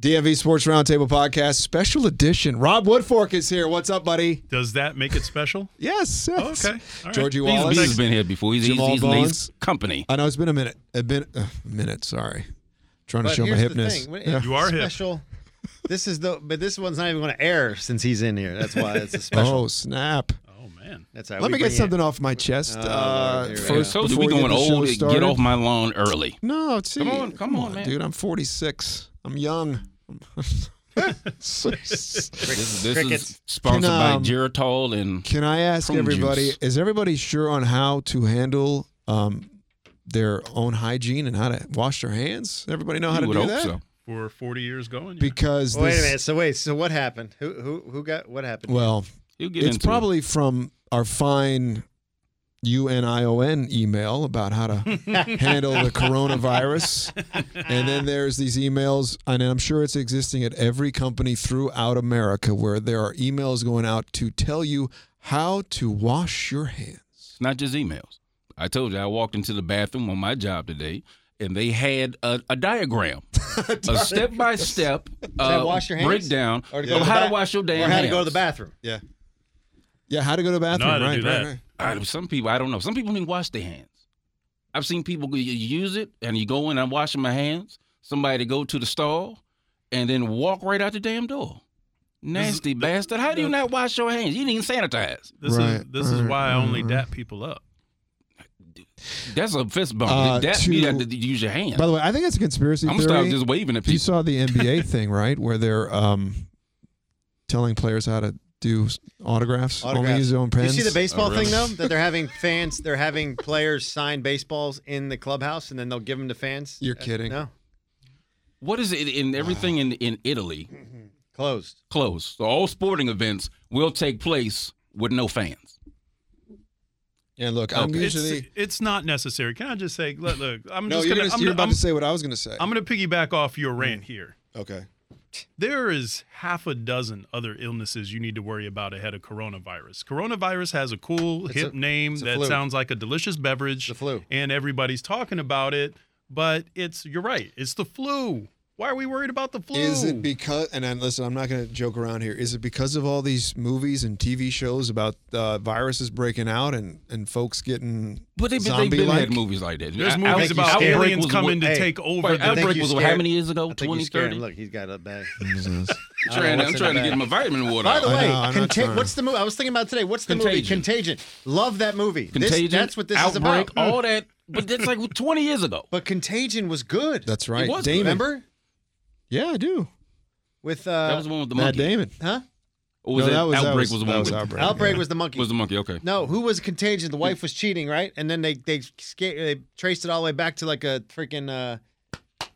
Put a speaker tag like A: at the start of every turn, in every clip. A: DMV Sports Roundtable Podcast, special edition. Rob Woodfork is here. What's up, buddy?
B: Does that make it special?
A: Yes.
C: Oh,
A: yes.
B: okay. All right.
A: Georgie
B: He's-
A: Wallace.
B: he's
C: He's been here before. He's, he's,
A: Jamal
C: he's Lee's
A: Bones.
C: company.
A: I know it's been a minute. It's been a minute. Sorry, trying to
D: But
A: show my
D: here's the
A: hipness.
D: thing, when-
A: Yeah.
D: it's
B: You are hip.
D: special. This is the but this one's not even going to air since he's in here. That's why it's a special.
A: Oh snap!
B: Oh man.
D: That's all right.
A: Let
D: we
A: me get
D: bring it.
A: something off my chest.
D: Oh,
A: uh,
D: Lord, here we
A: first,
D: go.
C: So
A: before
C: we
A: we get
C: going
A: the show
C: old. Get
A: started.
C: off my lawn early.
A: No, see,
C: Come on, come on, man.
A: dude. I'm 46. I'm young.
C: This, this
D: Crickets.
C: is sponsored
A: Can, um,
C: by Geritol and
A: Can I ask
C: Prune
A: everybody?
C: juice.
A: Is everybody sure on how to handle um, their own hygiene and how to wash their hands? Everybody know how
C: you
A: to
C: would
A: do
C: hope
A: that?
C: so.
B: For 40 years going. yeah.
A: Because
D: Wait a
A: this-
D: minute. So wait. So what happened? Who who who got what happened?
A: well,
C: He'll get
A: it's
C: into it.
A: probably from our fine UNION email about how to handle the coronavirus. And then there's these emails, and I'm sure it's existing at every company throughout America where there are emails going out to tell you how to wash your hands.
C: It's not just emails. I told you I walked into the bathroom on my job today, and they had a, a diagram, a step by step uh,
D: To wash your hands?
C: breakdown
D: Or
C: of
D: to go to the
C: how to
D: ba-
C: wash your damn
D: or
C: hands.
D: how to go to the bathroom?
A: Yeah. Yeah, how to go to the bathroom.
B: how to
A: right,
B: do
A: right,
B: that.
A: right.
C: I- some people I don't know. Some people don't even wash their hands. I've seen people go- you use it, and you go in. I'm washing my hands. Somebody go to the stall, and then walk right out the damn door. Nasty bastard! How do you not wash your hands? You didn't even sanitize.
B: This is
A: Right,
B: this is
A: right, Mm-hmm.
B: why I only
A: right,
B: dap people up.
C: That's a fist bump.
A: Uh,
C: that
A: to-
C: you have to use your hands.
A: By the way, I think it's a conspiracy
C: I'm gonna
A: theory.
C: start just waving at
A: You
C: people.
A: saw the NBA thing, right? Where they're um, telling players how to do s- autographs, only
D: Autographs.
A: use their own
D: You
A: pens.
D: see the baseball
C: Oh, really?
D: thing though that they're having fans, they're having players sign baseballs in the clubhouse, and then they'll give them to fans.
A: You're
D: Uh,
A: kidding.
D: No,
C: What is it in everything in in Italy?
D: closed.
C: Closed. So all sporting events will take place with no fans.
A: And look, I'm
C: Okay.
A: usually
B: It's it's not necessary. Can I just say look, look I'm
A: no.
B: just
A: You're,
B: going
A: gonna,
B: to I'm,
A: you're
B: gonna-
A: about
B: I'm,
A: to say what I was going to say.
B: I'm going to piggyback off your rant here.
A: okay.
B: There is half a dozen other illnesses you need to worry about ahead of coronavirus. Coronavirus has a cool
D: It's a-
B: hip name
D: it's a
B: that
D: flu.
B: sounds like a delicious beverage.
D: The flu.
B: And everybody's talking about it, but it's you're right. It's the flu. Why are we worried about the flu?
A: Is it because? And then, listen, I'm not going to joke around here. Is it because of all these movies and TV shows about uh, viruses breaking out and and folks getting
C: But they've been, they've
A: zombie
C: been
A: like?
C: had movies like that.
B: There's
C: Out-
B: movies
D: think you
B: about
D: scared.
B: aliens
C: was-
B: coming to
D: Hey,
B: take over.
C: Wait,
B: the-
D: I think
C: outbreak
D: you
C: was
D: scared-
C: how many years ago?
D: I think you
C: Twenty,
D: scared him.
C: thirty.
D: Look, he's got a bag.
C: I'm trying,
D: what's
C: I'm
D: in
C: trying
D: the
C: to
D: bag.
C: get my vitamin water.
D: By the
C: out.
D: way,
A: know, I'm not
D: Conta-
A: trying.
D: what's the movie? I was thinking about today. What's the movie?
C: Contagion.
D: Contagion. Love that movie. This-
C: Contagion,
D: that's what this
C: outbreak,
D: is about.
C: all that. But that's like twenty years ago.
D: But Contagion was good.
A: That's right,
C: was
A: Damon.
D: remember
A: Yeah, I do.
D: with
C: That
D: uh,
C: was the one with the
A: Matt
C: monkey.
A: Damon.
D: huh?
C: Or was
A: No,
C: that,
A: that was- that
C: outbreak
A: was-
C: was, the
A: that
C: one
A: was
C: with-
A: Outbreak,
D: Outbreak
A: yeah.
D: was the monkey.
C: was the monkey? Okay.
D: No, who was Contagion? The wife was cheating, right? And then they they sca- they traced it all the way back to like a freaking uh,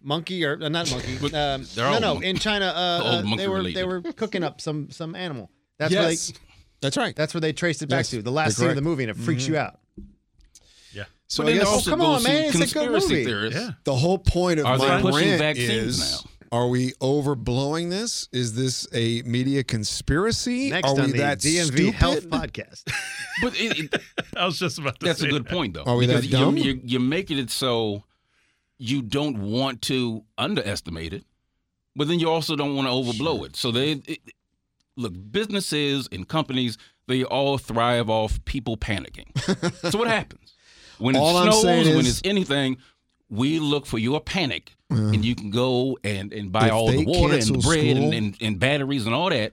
D: monkey or uh, not monkey.
C: But
D: um,
C: they're
D: no,
C: all
D: no,
C: monkey-
D: in China, uh,
C: all
D: uh,
C: monkey
D: they were
C: related.
D: they were cooking up some some animal. That's where
A: yes,
D: they
A: that's right.
D: that's where they traced it back
A: Yes,
D: to. The last scene
A: you're Mm-hmm.
D: of the movie, and it freaks you out.
A: so
C: But
A: I
C: then
A: guess
C: also
D: Oh, come on,
C: goes
D: man,
C: to
D: it's a good
C: conspiracy
D: movie.
C: theorists.
B: Yeah.
A: The whole point of
C: Are they
A: my
C: pushing
A: rant
C: vaccines
A: is:
C: now?
A: Are we overblowing this? Is this a media conspiracy?
D: Next
A: are we
D: on the
A: that
D: DMV
A: stupid?
D: Health Podcast.
C: But it, it,
B: I was just about to
C: that's
B: say
C: a good
B: that.
C: point, though.
A: Are we that
C: because you-
A: dumb?
C: You, you're making it so you don't want to underestimate it, but then you also don't want to overblow it. So they it, look businesses and companies they all thrive off people panicking. so what happens when it
A: All I'm saying
C: snows? When
A: is-
C: it's anything, we look for your panic, and you can go and and buy
A: If
C: all the
A: they
C: water and
A: cancel
C: the bread
A: school-
C: and, and and batteries and all that.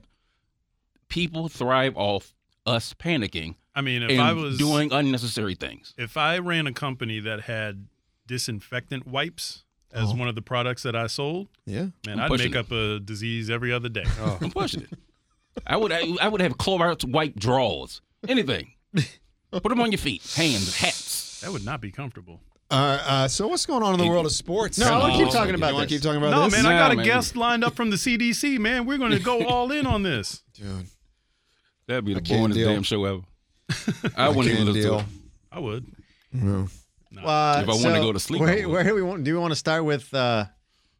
C: People thrive off us panicking
B: I mean, if
C: and
B: I was
C: doing unnecessary things.
B: if I ran a company that had disinfectant wipes as
C: Oh.
B: one of the products that I sold,
A: Yeah.
B: man,
C: I'm
B: I'd
C: pushing
B: make
C: it.
B: up a disease every other day.
C: I'm pushing it. I would I, I would have Clorox white drawers, anything. Put them on your feet, hands, hats.
B: That would not be comfortable.
A: Uh, uh, so what's going on in the world of sports?
D: No, I
C: wanna keep talking
A: You
D: about
A: wanna
D: this.
A: keep talking about
B: No,
A: this?
B: man, I got
C: Nah,
B: a
C: man.
B: guest lined up from the CDC, man. We're going to go all in on this.
A: Dude,
C: That'd be the
A: can't
C: boringest
A: deal.
C: damn show ever. I wouldn't even
A: can't
C: listen to
A: deal.
C: it.
B: I would.
D: Uh,
C: If I wanna go to sleep, I
D: where,
C: would.
D: where do we want? Do we want to start with? Uh,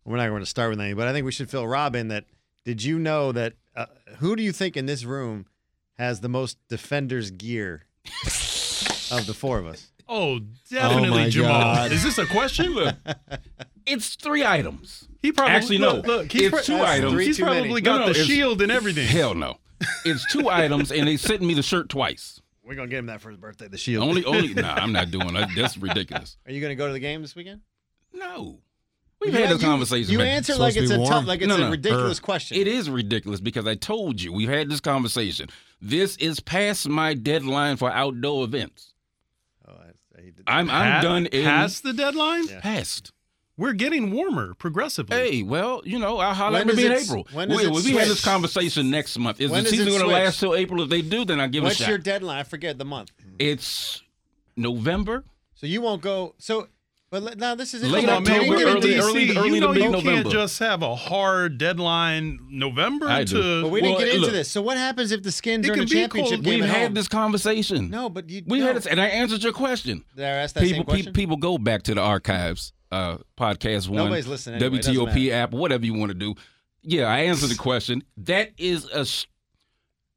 D: we're not going to start with anything, but I think we should fill Rob in. That did you know that? Uh, who do you think in this room has the most defenders gear of the four of us?
B: Oh, definitely
A: my
B: Jamal.
A: God.
B: Is this a question?
C: It's three items.
B: He probably
C: Actually, no.
B: Look, look, he's
C: It's
B: pro-
C: two
B: that's
C: items.
D: Three
B: he's
D: too many.
B: probably
C: No,
B: got
C: no,
B: the
C: it's-
B: shield and everything.
C: Hell no. It's two items, and they sent me the shirt twice.
D: We're gonna get him that for his birthday. The Shield.
C: Only, only. Nah, I'm not doing that. That's ridiculous.
D: Are you gonna go to the game this weekend?
C: No, we've
D: You-
C: had this
D: you-
C: conversation.
D: You
C: man.
D: answer
A: It's
D: like
A: supposed
D: it's
A: to
D: a
A: be
D: tough,
A: warm.
D: like it's
C: No,
D: a
C: no,
D: ridiculous
A: er,
D: question.
C: It is ridiculous because I told you we've had this conversation. This is past my deadline for outdoor events.
D: Oh, I, I hate to-
C: I'm I'm
B: Pa-
C: done in
B: Past the deadline.
D: Yeah.
C: past.
B: We're getting warmer progressively.
C: Hey, well, you know, I'll holler
D: When
C: at me in
D: does it
C: April.
D: s- when does
C: Wait,
D: it
C: we have this
D: switch?
C: conversation next month. Is
D: When
C: the
D: does
C: season
D: it
C: going to
D: switch?
C: last till April? If they do, then I give
D: What's
C: a shot.
D: your deadline? I forget the month.
C: it's November.
D: So you won't go. So, but le- now this is it.
C: Late
B: Come
D: Like,
B: on,
C: October,
B: man. We're
D: in
B: in
C: early-
B: DC.
C: early- early to
B: you know you can't
C: mid-November.
B: just have a hard deadline November
C: I do.
B: to.
D: But we didn't
C: Well,
D: get into
C: look.
D: this. So what happens if the skins
B: It
D: are in a
B: can be
D: championship
B: cold.
D: game?
C: We've
D: at
C: had
D: home?
C: this conversation.
D: No, but you.
C: we
D: no.
C: had this, and I answered your question.
D: Did I ask that same
C: people, pe-
D: question?
C: people go back to the archives, uh, podcast one,
D: Nobody's listening anyway. It doesn't
C: WTOP app, whatever you want to do. Yeah, I answered the question. That is a, s-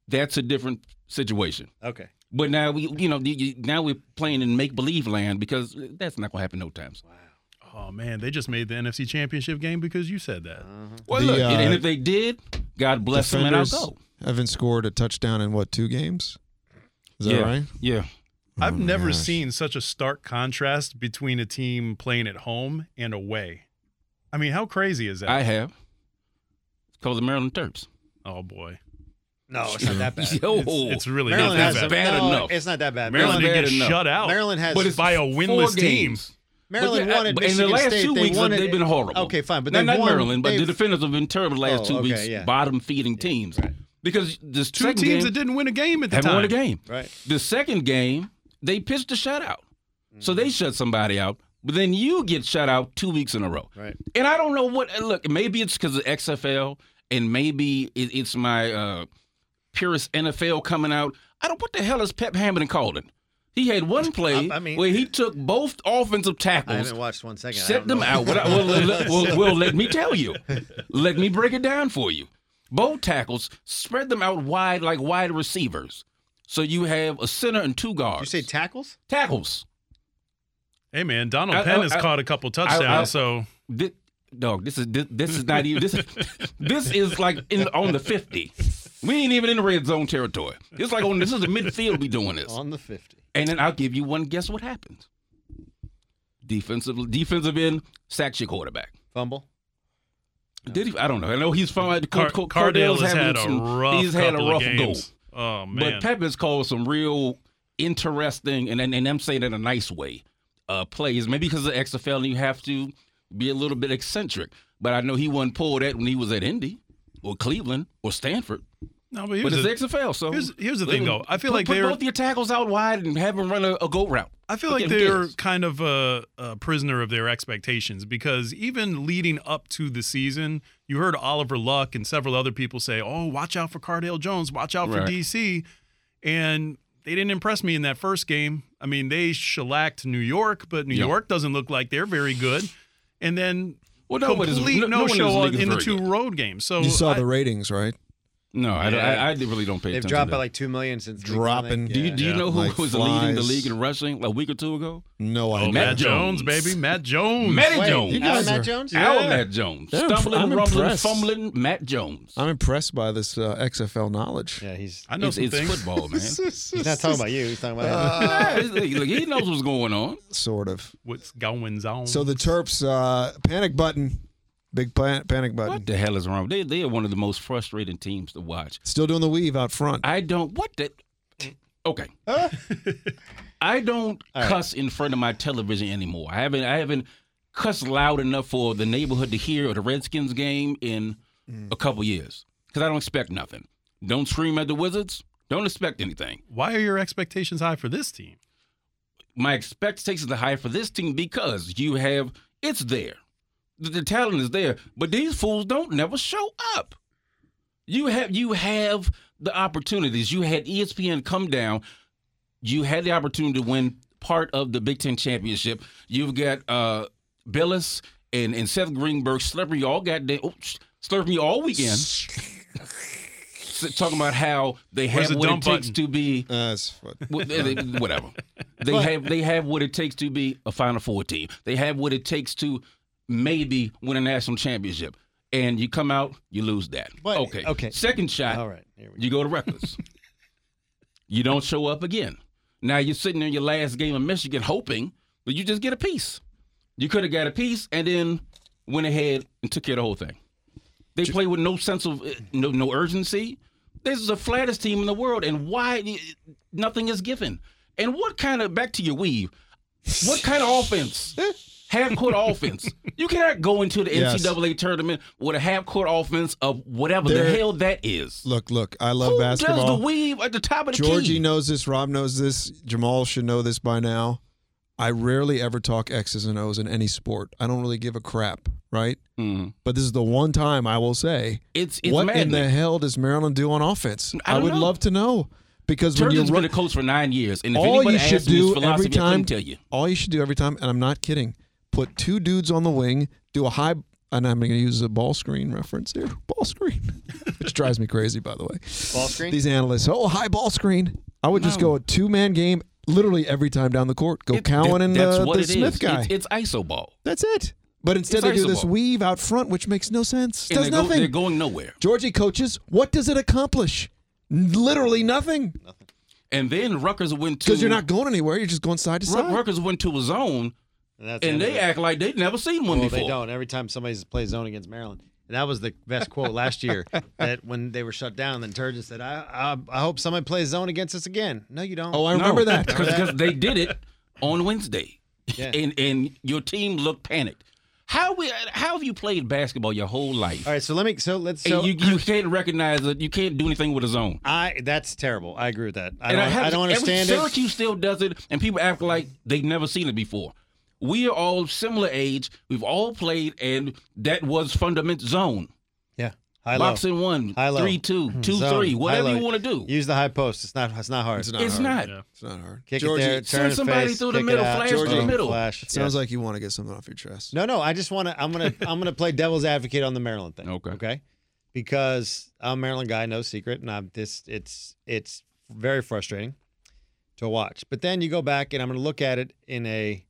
C: that's a different situation.
D: okay.
C: But now we, you know, you- you- now we're playing in make believe land because that's not gonna happen no time. soon.
B: oh man, they just made the NFC Championship game because you said that.
C: Well,
A: The,
C: look, and- and
A: uh,
C: if they did, God bless them, and I'll
A: Defenders
C: go.
A: Haven't scored a touchdown in what two games? Is that
C: yeah,
A: right?
C: yeah.
A: Oh
B: I've
A: my
B: never
A: gosh.
B: seen such a stark contrast between a team playing at home and away. I mean, how crazy is that?
C: I have. It's called the Maryland Terps.
B: oh boy,
D: No, it's not that bad.
C: Yo,
B: it's, it's really
D: Maryland
B: not
D: has
B: that
D: a-
B: bad.
C: bad
D: no,
C: enough.
D: It's not that bad.
B: Maryland
C: Maryland
B: didn't get
C: had enough.
B: shut out.
D: Maryland has.
C: But it's
B: by a
C: four
B: winless team.
C: games.
D: Maryland
C: But, uh,
D: wanted
C: but
D: Michigan
C: in the last
D: State.
C: two
D: they
C: weeks, look,
D: wanted,
C: they've been horrible.
D: Okay, fine, but
C: not,
D: they've
C: not
D: won-
C: Maryland, but the
D: they've-
C: defenders have been terrible the last
D: Oh,
C: two
D: okay,
C: weeks.
D: yeah.
C: Bottom feeding teams
D: right.
C: because
B: Two
C: the second
B: teams
C: game,
B: that didn't win a game at the
C: haven't
B: time.
C: won a game.
D: Right.
C: The second game, they pitched a shutout, so
D: Mm.
C: they shut somebody out. But then you get shut out two weeks in a row,
D: Right.
C: and I don't know what. uh, Look, maybe it's because of XFL, and maybe it, it's my uh, purist NFL coming out. I don't. What the hell is Pep Hamilton calling? He had one play
D: I- I mean-
C: where he took both offensive
D: I
C: tackles
D: haven't watched one second. I
C: Set
D: don't know.
C: them out. Well, I- well, let, well, well, let me tell you. Let me break it down for you. Both tackles, spread them out wide like wide receivers. So you have a center and two
D: Did you
C: guards.
D: say tackles?
C: tackles.
B: Hey man, Donald
C: I-
B: Penn
C: I-
B: has
C: I-
B: caught a couple touchdowns,
C: I-
B: so
C: Thi- dog, this is this, this is not even this. this is like in, on the fifty. We ain't even in red zone territory. It's like on this is the midfield. We doing this,
D: On the 50.
C: and then I'll give you one guess. What happened? Defensive defensive end sacks your quarterback.
D: Fumble.
C: Did he? I don't know. I know he's fine.
B: Car-
C: Car-
B: Cardale
C: Cardale's
B: has
C: having
B: had a
C: some-
B: rough
C: He's had a
B: couple
C: rough
B: of
C: go.
B: games. Oh man,
C: But Pep has called some real interesting, and and, and I'm saying in a nice way, uh, plays. Maybe because of XFL, you have to be a little bit eccentric. But I know he wasn't pulled that when he was at Indy or Cleveland or Stanford.
B: no, but
C: But
B: here's
C: it's
B: the,
C: XFL, so
B: here's- here's the thing, though. I feel
C: put,
B: like
C: put
B: they were-
C: both your tackles out wide and have him run a, a go route.
B: I feel
C: Look
B: like
C: at
B: they're
C: this.
B: kind of a, a prisoner of their expectations because even leading up to the season, you heard Oliver Luck and several other people say, "Oh, watch out for Cardale Jones, watch out for
C: Right.
B: DC," and they didn't impress me in that first game. I mean, they shellacked New York, but New
C: Yeah.
B: York doesn't look like they're very good. And then
C: Well, one is-
B: complete
C: no- no one is
B: show
C: niggas
B: in the
C: very
B: two
C: good.
B: road games. So
A: You saw
B: I-
A: the ratings, right?
C: No, I, don't-
D: Yeah.
C: I, I really don't pay
D: They've
C: attention.
D: dropped
C: to
D: by like 2 million since. the-
A: Dropping.
C: that. Do you, do you
A: Yeah.
C: know who
A: Like
C: was leading the
A: flies.
C: league in rushing a week or two ago?
A: No
B: oh,
A: idea.
B: Matt
C: Matt
B: Jones,
C: Jones.
B: baby, Matt Jones.
C: Matty
D: Wait,
C: Jones.
A: you
D: Alan
A: guys
D: Matt
A: are-
D: Jones?
C: Our
B: Yeah.
C: Matt Jones.
A: Yeah, I'm-
C: Stumbling,
A: I'm
C: rumbling,
A: impressed.
C: fumbling Matt Jones.
A: I'm impressed by this uh, XFL knowledge.
D: Yeah, he's,
B: I know
C: it's
B: some
C: it's
B: things.
C: football, man.
D: he's not talking about you. He's talking about him.
C: Yeah, it's- look, look, he knows what's going on.
A: Sort of.
B: What's going on?
A: So the Terps uh, panic button, big pan- panic button.
C: What the hell is wrong? They they are one of the most frustrating teams to watch.
A: Still doing the weave out front.
C: I don't what the Okay. I don't
D: All right.
C: cuss in front of my television anymore. I haven't I haven't cussed loud enough for the neighborhood to hear or the Redskins game in a couple years. Because I don't expect nothing. Don't scream at the Wizards. Don't expect anything.
B: Why are your expectations high for this team?
C: my expectations are high for this team because you have it's there. The, the talent is there, but these fools don't never show up. You have you have the opportunities. You had E ESPN come down. You had the opportunity to win part of the Big Ten championship. You've got uh, Billis and, and Seth Greenberg slurping you all goddamn oh, sh- slurping you all weekend. S- Talking about how they
B: Where's
C: have
B: the
C: what
B: dump
C: it takes
B: button?
C: to be
A: Uh, it's foot.
C: well, they- they- whatever. They have they have what it takes to be a Final Four team. They have what it takes to maybe win a national championship. And you come out, you lose that.
D: But-
C: okay.
D: okay.
C: Second shot,
D: All right. Here we go.
C: you go to Rutgers. you don't show up again. Now you're sitting in your last game in Michigan hoping, but you just get a piece. You could have got a piece and then went ahead and took care of the whole thing. They play with no sense of uh, no no urgency. This is the flattest team in the world, and why eh, nothing is given? And what kind of back to your weave? What kind of offense? Half court offense. You cannot go into the
A: Yes.
C: NCAA tournament with a half court offense of whatever the
A: There-
C: hell that is.
A: Look, look, I love
C: Who
A: basketball.
C: does the weave at the top of the
A: Georgie
C: key?
A: knows this. Rob knows this. Jamal should know this by now. I rarely ever talk X's and O's in any sport. I don't really give a crap, right?
C: Mm.
A: But this is the one time I will say,
C: It's it's
A: what in
C: maddening.
A: the hell does Maryland do on offense?
C: I
A: I,
C: don't
A: would
C: know.
A: love to know because when you
C: Turgeon's
A: run,
C: been a coach for nine years, and if
A: all
C: anybody
A: you
C: asks
A: should
C: me his
A: do
C: philosophy,
A: every
C: I
A: time,
C: couldn't tell you.
A: all you should do every time, and I'm not kidding, put two dudes on the wing, do a high, and I'm going to use a ball screen reference here, ball screen, which drives me crazy, by the way.
D: Ball screen?
A: These analysts, oh, high ball screen. I would just
C: No.
A: go a two man game literally every time down the court. Go Cowan and
C: that's
A: uh,
C: what
A: the
C: it is.
A: Smith guy.
C: It's, it's iso ball.
A: that's it. But instead
C: it's
A: they do this
C: isolable.
A: weave out front, which makes no sense.
C: And
A: Does
C: they go,
A: nothing.
C: they're going nowhere.
A: Georgie coaches. What does it accomplish? Literally nothing.
C: And then Rutgers went to
A: Because you're not going anywhere. You're just going side to
C: Ru-
A: side.
C: Rutgers went to a zone,
D: And, that's the
C: and
D: end of
C: they
D: it.
C: act like they'd never seen one
D: Well,
C: before.
D: they don't. Every time somebody plays zone against Maryland, and that was the best quote last year that when they were shut down, then Turgeon said, I, "I I hope somebody plays zone against us again." No, you don't.
A: Oh, I remember
C: no,
A: that.
C: because they did it on Wednesday,
D: Yeah.
C: and and your team looked panicked. How we how have you played basketball your whole life?
D: All right, so let me. So let's.
C: And
D: So
C: you, you can't recognize it. You can't do anything with a zone.
D: I. That's terrible. I agree with that. I
C: And
D: don't. I, don't
C: every-
D: understand it.
C: Syracuse still does it, and people act like they've never seen it before. We are all similar age. We've all played, and that was fundament zone.
D: Yeah, high low.
C: Box in one,
D: High low.
C: three two, two three,
D: Mm-hmm. Zone, high
C: whatever you
D: low.
C: want to do.
D: Use the high post. It's not. It's not hard.
A: It's not.
C: it's
A: hard.
C: not.
B: Yeah.
A: It's not hard.
D: Kick
A: Georgie,
D: it there.
C: send
D: Turn it
C: somebody
D: face,
C: through the
D: kick it
C: middle,
D: out,
C: flash through
A: the
D: Georgie,
C: middle.
D: Flash.
A: It sounds like you want to get something off your chest.
D: No, no. I just want to. I'm gonna. I'm gonna play devil's advocate on the Maryland thing.
C: Okay.
D: Okay. Because I'm a Maryland guy, no secret, and I'm this. It's it's very frustrating to watch. But then you go back, and I'm gonna look at it in a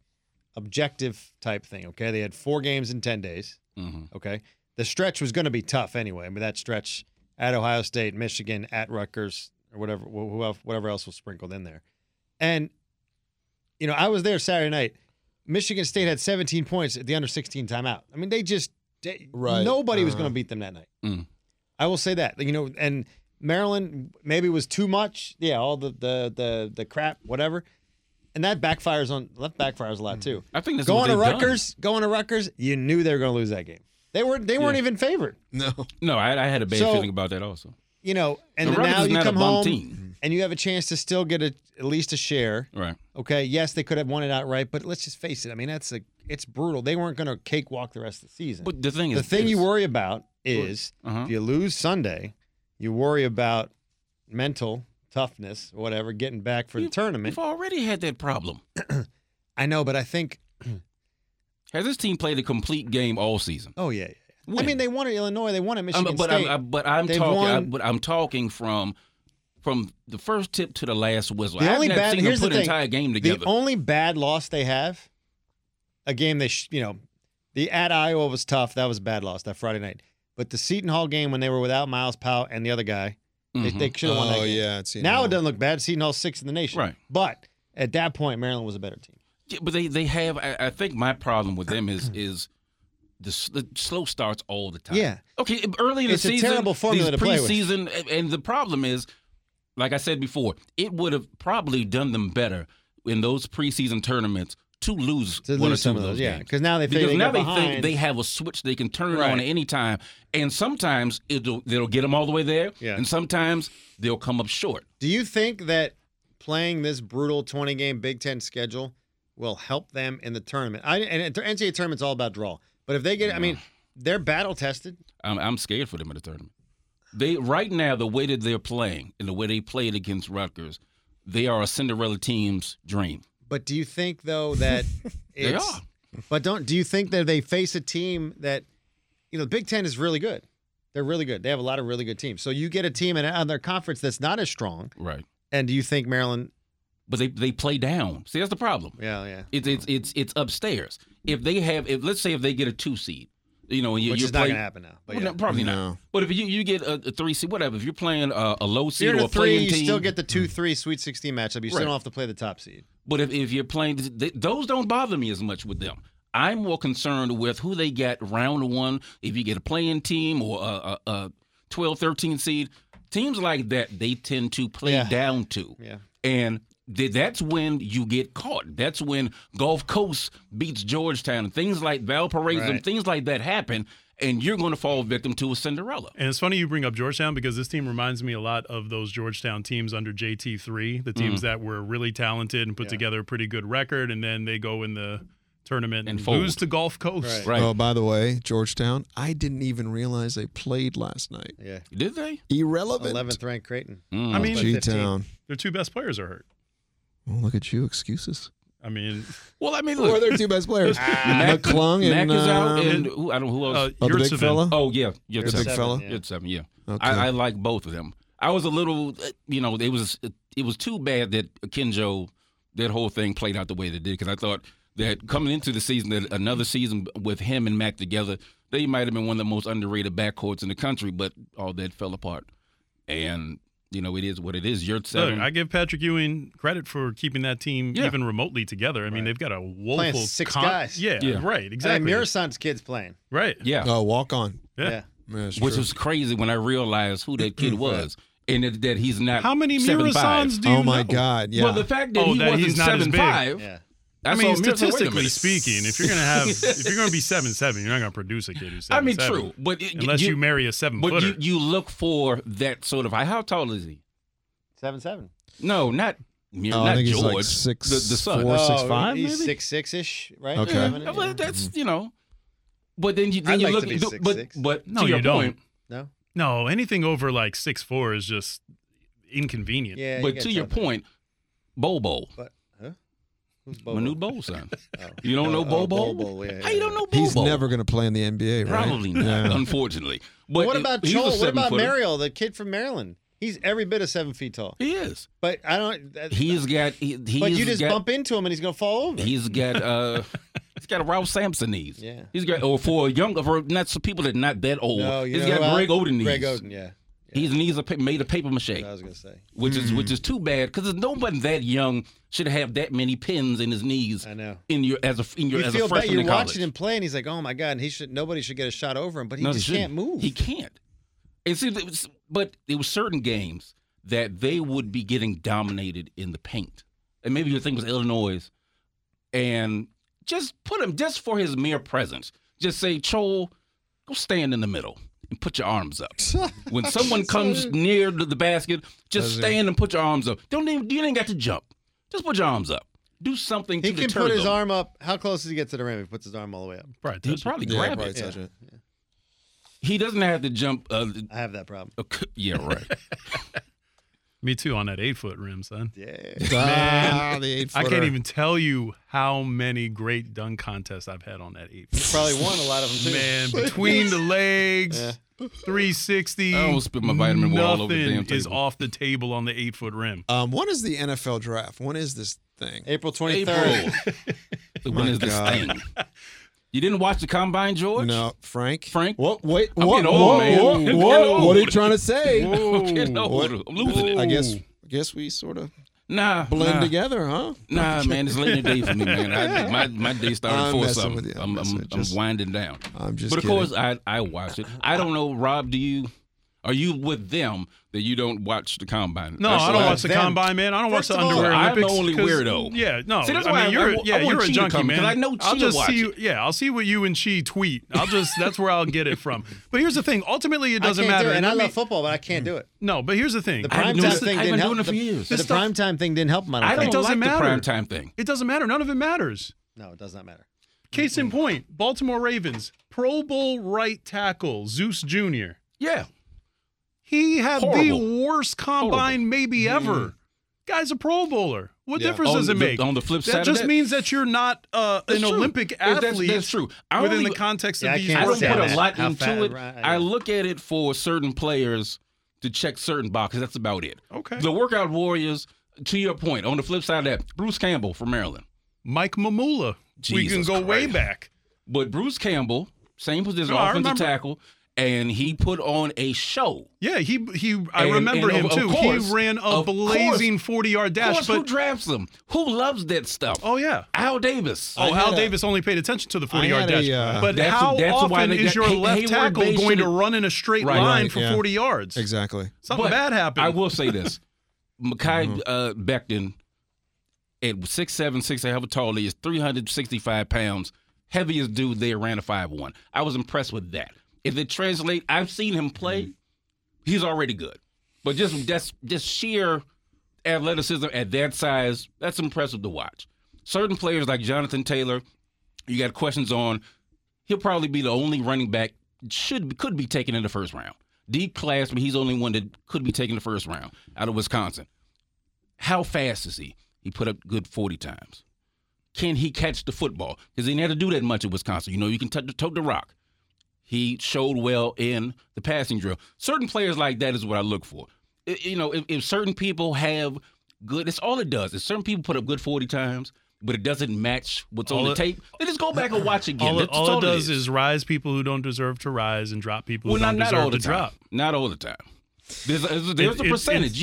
D: objective type thing. Okay. They had four games in ten days.
C: hmm
D: Okay. The stretch was gonna be tough anyway. I mean, that stretch at Ohio State, Michigan, at Rutgers, or whatever, wh- who else, whatever else was sprinkled in there. And you know, I was there Saturday night. Michigan State had 17 points at the under 16 timeout. I mean, they just they-
A: Right.
D: nobody was
A: Uh-huh.
D: going to beat them that night.
C: Mm.
D: I will say that. You know, and Maryland maybe was too much. Yeah, all the the the the crap, whatever. And that backfires on that backfires a
A: Mm.
D: lot too.
C: I think that's what
D: Going to
C: they've done.
D: Rutgers, going to Rutgers, you knew they were going to lose that game. They were they weren't even favored.
A: No.
C: No, I, I had a bad
D: So-
C: feeling about that also.
D: You know, and
C: The
D: then
C: Rutgers
D: now
C: is
D: you
C: not a
D: come
C: bum
D: home
C: team.
D: and you have a chance to still get a, at least a share.
C: Right.
D: Okay, yes, they could have won it outright, but let's just face it. I mean, that's a it's brutal. They weren't going to cakewalk the rest of the season.
C: But the thing is,
D: the thing
C: is-
D: you worry about is
C: Uh-huh.
D: if you lose Sunday, you worry about mental toughness, whatever, getting back for the
C: You-
D: tournament.
C: We've already had that problem.
D: I know, but I think
C: Has this team played a complete game all season?
D: oh yeah, yeah. I
C: When?
D: mean, they won at Illinois, they won at
C: Um,
D: Michigan
C: but
D: State.
C: I'm, I, but I'm
D: They've
C: talking. I,
D: won-
C: but I'm talking from from the first tip to the last whistle.
D: the
C: I've
D: only
C: not
D: bad
C: seen them
D: here's
C: put
D: the
C: an
D: thing,
C: entire game together.
D: The only bad loss they have, a game they sh- you know, the at Iowa was tough. That was a bad loss that Friday night. But the Seton Hall game when they were without Miles Powell and the other guy,
C: Mhm.
D: they, they should have won that
A: Oh
D: game.
A: yeah. It's, you
D: Now
A: know,
D: it doesn't look bad. Seton Hall sixth in the nation.
C: Right.
D: But at that point, Maryland was a better team.
C: Yeah, but they they have. I, I think my problem with them is is. The, s- the slow starts all the time.
D: Yeah.
C: Okay. Early in
D: It's a
C: the season,
D: terrible formula
C: these
D: to play with.
C: preseason, and- and the problem is, like I said before, it would have probably done them better in those preseason tournaments to lose
D: To
C: one or
D: lose
C: two
D: some
C: of those,
D: yeah.
C: games.
D: Because now they think
C: because
D: they
C: now
D: get
C: they think
D: behind.
C: they have a switch they can turn
D: Right.
C: on at any time, and sometimes it'll they'll get them all the way there,
D: Yeah.
C: and sometimes they'll come up short.
D: Do you think that playing this brutal twenty game Big Ten schedule will help them in the tournament? I and the NCAA tournament's all about draw. But if they get, I mean, they're battle tested.
C: I'm, I'm scared for them in the tournament. They right now the way that they're playing and the way they played against Rutgers, they are a Cinderella team's dream.
D: But do you think though that
C: They
D: it's,
C: are.
D: But don't do you think that they face a team that you know the Big Ten is really good. They're really good. They have a lot of really good teams. So you get a team in, on their conference that's not as strong.
C: Right.
D: And do you think Maryland
C: but they they play down. See, that's the problem.
D: Yeah, yeah.
C: It's it's it's it's upstairs. If they have, if let's say if they get a two seed, you know, and you,
D: Which
C: you're
D: is not
C: playing-
D: gonna happen now. But
C: Well,
D: yeah.
C: no, probably
A: No.
C: not. But if you you get a, a three seed, whatever, if you're playing a, a low
D: If
C: seed
D: you're in
C: or
D: a
C: a
D: three,
C: playing
D: you
C: team, Hmm.
D: still get the two three Sweet 16 matchup. You still
C: Right.
D: don't have to play the top seed.
C: But if, if you're playing, th- those don't bother me as much with them. I'm more concerned with who they get round one. If you get a playing team or a, a, a 12, 13 seed, teams like that, they tend to play
D: Yeah.
C: down to.
D: Yeah.
C: And th- that's when you get caught. That's when Gulf Coast beats Georgetown and things like Valparaiso,
D: Right.
C: things like that happen. And you're going to fall victim to a Cinderella.
B: And it's funny you bring up Georgetown because this team reminds me a lot of those Georgetown teams under JT3, the
C: Mm-hmm.
B: teams that were really talented and put
D: Yeah.
B: together a pretty good record, and then they go in the tournament and,
C: And fold.
B: lose to Gulf Coast.
D: Right.
C: Right.
A: Oh, by the way, Georgetown, I didn't even realize they played last night.
D: Yeah.
C: Did they? Oh,
A: Irrelevant.
D: 11th ranked Creighton.
C: Mm.
B: I mean,
A: G Town.
B: their two best players are hurt.
A: Well, Oh, look at you, excuses.
B: I mean,
C: well, I mean,
A: Who are
C: look,
A: their two best players?
C: Uh, Mac-
A: McClung and,
C: Mac is out,
A: um,
C: and who, I don't know who else.
B: uh,
A: Oh, the big
B: Yurtseven.
A: fella?
C: oh, yeah, yeah,
A: the big
D: Seven,
A: fella?
D: yeah.
C: It's seven, yeah.
A: Okay.
C: I, I like both of them. I was a little, uh, you know, it was it was too bad that Kenjo, that whole thing played out the way that it did because I thought that coming into the season, that another season with him and Mac together, they might have been one of the most underrated backcourts in the country, but all that fell apart. And you know, it is what it is. You're
B: Look,
C: seven.
B: I give Patrick Ewing credit for keeping that team
C: Yeah.
B: even remotely together. I mean,
D: Right.
B: they've got a woeful
D: six
B: con-
D: guys.
B: Yeah,
C: Yeah.
B: right,
D: And
B: exactly.
D: Murasan's kids playing.
B: right.
C: yeah,
A: Oh, walk on.
B: Yeah.
D: Yeah.
A: Yeah, it's
C: which
A: true. Mm-hmm.
C: was crazy when I realized who that kid was and that, that he's not.
B: How many
C: seven five.
B: Murasans do you
A: oh my
B: know?
A: God! Yeah.
C: Well, the fact that
B: Oh,
C: he
B: that
C: wasn't
B: he's not as
C: seven
B: big.
C: five.
D: Yeah.
B: I
C: that's
B: mean,
C: all me. I said, wait a
B: statistically
C: minute.
B: speaking, if you're gonna have, if you're gonna be seven seven, you're not gonna produce a kid who's
C: I
B: seven
C: mean,
B: seven.
C: true, but it-
B: Unless you, marry a seven
C: But
B: footer.
C: you, you look for that sort of. How tall is he?
D: 7 7.
C: No, not Mir-
A: Oh, I
C: not
A: think he's
C: George.
A: like six-
C: the, the son.
A: four. Or 6'5",
D: Oh, he's
A: maybe?
D: 6 6 ish, right?
A: Okay.
C: Yeah,
D: Seven,
C: well,
D: yeah.
C: that's you know. But then you then
D: I'd
C: you
D: like
C: look
D: to
C: at
D: be
C: but
D: 6'6".
C: but
B: No,
C: to your
B: you don't.
C: point.
D: No?
B: no, anything over like six four is just inconvenient.
D: Yeah. you
C: but
D: got
C: to your
D: something.
C: point, Bobo,
D: But, huh? Who's
C: my new
D: Bobo?
C: Bo son.
D: Oh.
C: You don't know
D: Oh,
C: Bobo?
D: Bobo, yeah,
C: How you don't know Bobo?
A: He's never going to play in the NBA, right?
C: probably not. Unfortunately, but
D: What
C: it-
D: about
C: he's a
D: Joel? What about
C: seven-footer.
D: Mariel, the kid from Maryland? He's every bit of seven feet tall.
C: He is.
D: But I don't. That,
C: He's got. He, he's
D: but you just
C: got,
D: bump into him and he's gonna fall over.
C: He's got uh he's got a Ralph Sampson knees.
D: Yeah.
C: He's got or for younger for not so people that are not that old.
D: no,
C: He's
D: you know who
C: got
D: else?
C: Greg Oden knees.
D: Greg Oden, yeah.
C: His knees are pa- made of paper mache,
D: That's what I was gonna say.
C: which is
D: Mm-hmm.
C: which is too bad because nobody that young should have that many pins in his knees
D: I know.
C: in your as a in your
D: You
C: as
D: feel
C: a
D: bad.
C: freshman
D: You're
C: in college.
D: watching him play, and he's like, "Oh my god!" And he should. Nobody should get a shot over him, but he
C: No,
D: just
C: shouldn't.
D: can't move.
C: He can't. And see, there was- but there were certain games that they would be getting dominated in the paint, and maybe your thing was Illinois, and just put him just for his mere presence. Just say, Chol, go stand in the middle and put your arms up. when someone comes near to the basket, just
A: Doesn't-
C: stand and put your arms up. Don't even you ain't got to jump. Just put your arms up. Do something
D: He
C: to
D: can
C: deter
D: put his
C: them.
D: arm up. How close does he get to the rim? If he puts his arm all the way up.
B: Right.
C: He'd probably
A: Yeah,
C: grab
A: probably
C: it.
A: touch it.
C: He doesn't have to jump. Uh,
D: I have that problem.
C: uh, yeah, right.
B: Me too on that eight foot rim, son.
D: Yeah.
A: Ah, the eight
B: I
A: footer.
B: can't even tell you how many great dunk contests I've had on that eight. foot.
D: Probably won a lot of them too.
B: Man, between the legs, 360.
C: I almost spit my vitamin
B: nothing
C: water all over the damn
B: is
C: table.
B: off the table on the eight foot rim.
A: Um, when is the NFL draft? When is this thing?
D: April 23rd.
C: April. So when
A: Oh. My
C: is this
A: God.
C: thing? You didn't watch the combine, George?
A: No, Frank.
C: Frank?
A: What? Wait.
C: I'm
A: What?
C: getting old,
A: whoa,
C: man.
A: whoa,
C: I'm getting
A: whoa, What are you
C: old.
A: trying to say?
B: Whoa.
C: Get over
A: What?
C: it. I'm losing it.
A: I guess. I guess we sort of
C: Nah,
A: blend
C: nah,
A: together, huh?
C: Nah, man, it's late in the day for me, man. I, my my day started
A: I'm
C: for
A: messing
C: something.
A: with you. I'm
C: I'm, I'm,
A: messing
C: I'm,
A: with you. Just-
C: winding down.
A: I'm just.
C: but of
A: kidding.
C: course, I I watch it. I don't know, Rob. Do you? Are you with them that you don't watch the combine?
B: No,
C: That's
B: I don't
C: what
B: watch the
D: Them.
B: combine, man. I don't
D: First
B: watch the
D: of all,
B: underwear
C: I'm the
B: Olympics.
C: only
B: 'cause-
C: weird-o.
B: Yeah, no.
C: See, that's
B: I
C: why
B: mean,
C: I-
B: you're,
C: I- I
B: yeah,
C: want
B: you're a
C: Chi to
B: junkie,
C: come,
B: man.
C: 'cause I know
B: I'll
C: Chi
B: just
C: watch
B: see.
C: it.
B: Yeah, I'll see what you and she tweet. I'll just. that's where I'll get it from. But here's the thing. Ultimately, it
D: I
B: doesn't
D: can't
B: matter.
D: Do it. And I
B: let me-
D: love football, but I can't do it.
B: No, but here's the thing.
D: The
C: I haven't done
D: prime time
C: this-
D: thing
C: I
D: didn't
C: haven't
D: help.
C: done it for
D: the,
C: years.
D: The
C: This
D: prime time thing didn't help him. I don't,
C: I don't
D: think.
B: doesn't
C: like
B: matter.
C: the prime time thing.
B: It doesn't matter. None of it matters.
D: No, it does not matter.
B: Case in point, Baltimore Ravens Pro Bowl right tackle Zeus Jr.
C: Yeah,
B: He had
C: Horrible.
B: the worst combine
D: Mm.
B: maybe ever. Guy's a Pro Bowler. What
A: Yeah.
D: Oh,
B: difference
C: On
B: does it
C: the-
B: make?
C: on the flip
B: that
C: side of
B: just
C: that-
B: means that you're not uh, an
C: That's true.
B: Olympic
C: That's-
B: athlete.
C: that's- that's true. I
B: within
C: only-
B: the context
D: Yeah,
B: of
D: I
B: these.
D: can't
C: I don't
B: rules.
D: stand
C: put
D: that.
C: a lot
D: How fat-
C: into it.
D: right, yeah.
C: I look at it for certain players to check certain boxes. That's about it.
B: Okay.
C: The workout warriors, to your point, on the flip side of that, Bruce Campbell from Maryland.
B: Mike Mamula. we can
C: Jesus
B: go way
C: Christ.
B: back.
C: But Bruce Campbell, same position,
B: No, I
C: offensive
B: remember.
C: tackle, and he put on a show.
B: Yeah, he he. I
C: And-
B: remember
C: and
B: him
C: of- of
B: too.
C: course-
B: he ran a
C: of course-
B: blazing forty-yard
C: Of
B: dash.
C: course, who
B: But
C: drafts them? Who loves that stuff?
B: oh yeah.
C: Al Davis.
B: Oh,
A: had
B: Al
A: a-
B: Davis only paid attention to the forty-yard
A: I had
B: dash.
A: a, uh,
B: but
C: That's-
B: how
C: that's why
B: often
C: they
B: is
C: got-
B: your
C: Hay-
B: left
C: Hayward
B: tackle
C: Bay
B: going to
C: should've-
B: run in a straight
C: Right,
B: line
A: right,
B: for
A: yeah.
B: forty yards?
A: Exactly.
B: Something
C: But
B: bad happened.
C: I will say this: Makai uh, Becton, at six seven, six eight, however tall he is, three hundred sixty five pounds, heaviest dude there ran a five one. I was impressed with that. If it translate, I've seen him play. He's already good, but just that's just sheer athleticism at that size. That's impressive to watch. Certain players like Jonathan Taylor, you got questions on. He'll probably be the only running back should could be taken in the first round. Deep class, but he's the only one that could be taken in the first round out of Wisconsin. How fast is he? He put up good forty times. Can he catch the football? Because he didn't have to do that much at Wisconsin. You know, you can touch tote the rock. He showed well in the passing drill. Certain players like that is what I look for. I- you know, if, if certain people have good, that's all it does. If certain people put up good forty times, but it doesn't match what's
B: All
C: on the
B: it-
C: tape, then just go back and watch again.
B: all, it,
C: That's- that's
B: all it does
C: is.
B: is rise people who don't deserve to rise and drop people
C: Well,
B: who
C: not,
B: don't
C: not
B: deserve
C: all the
B: to
C: time.
B: drop.
C: Not all the time. There's a, there's
B: It-
C: a
B: it's-
C: percentage,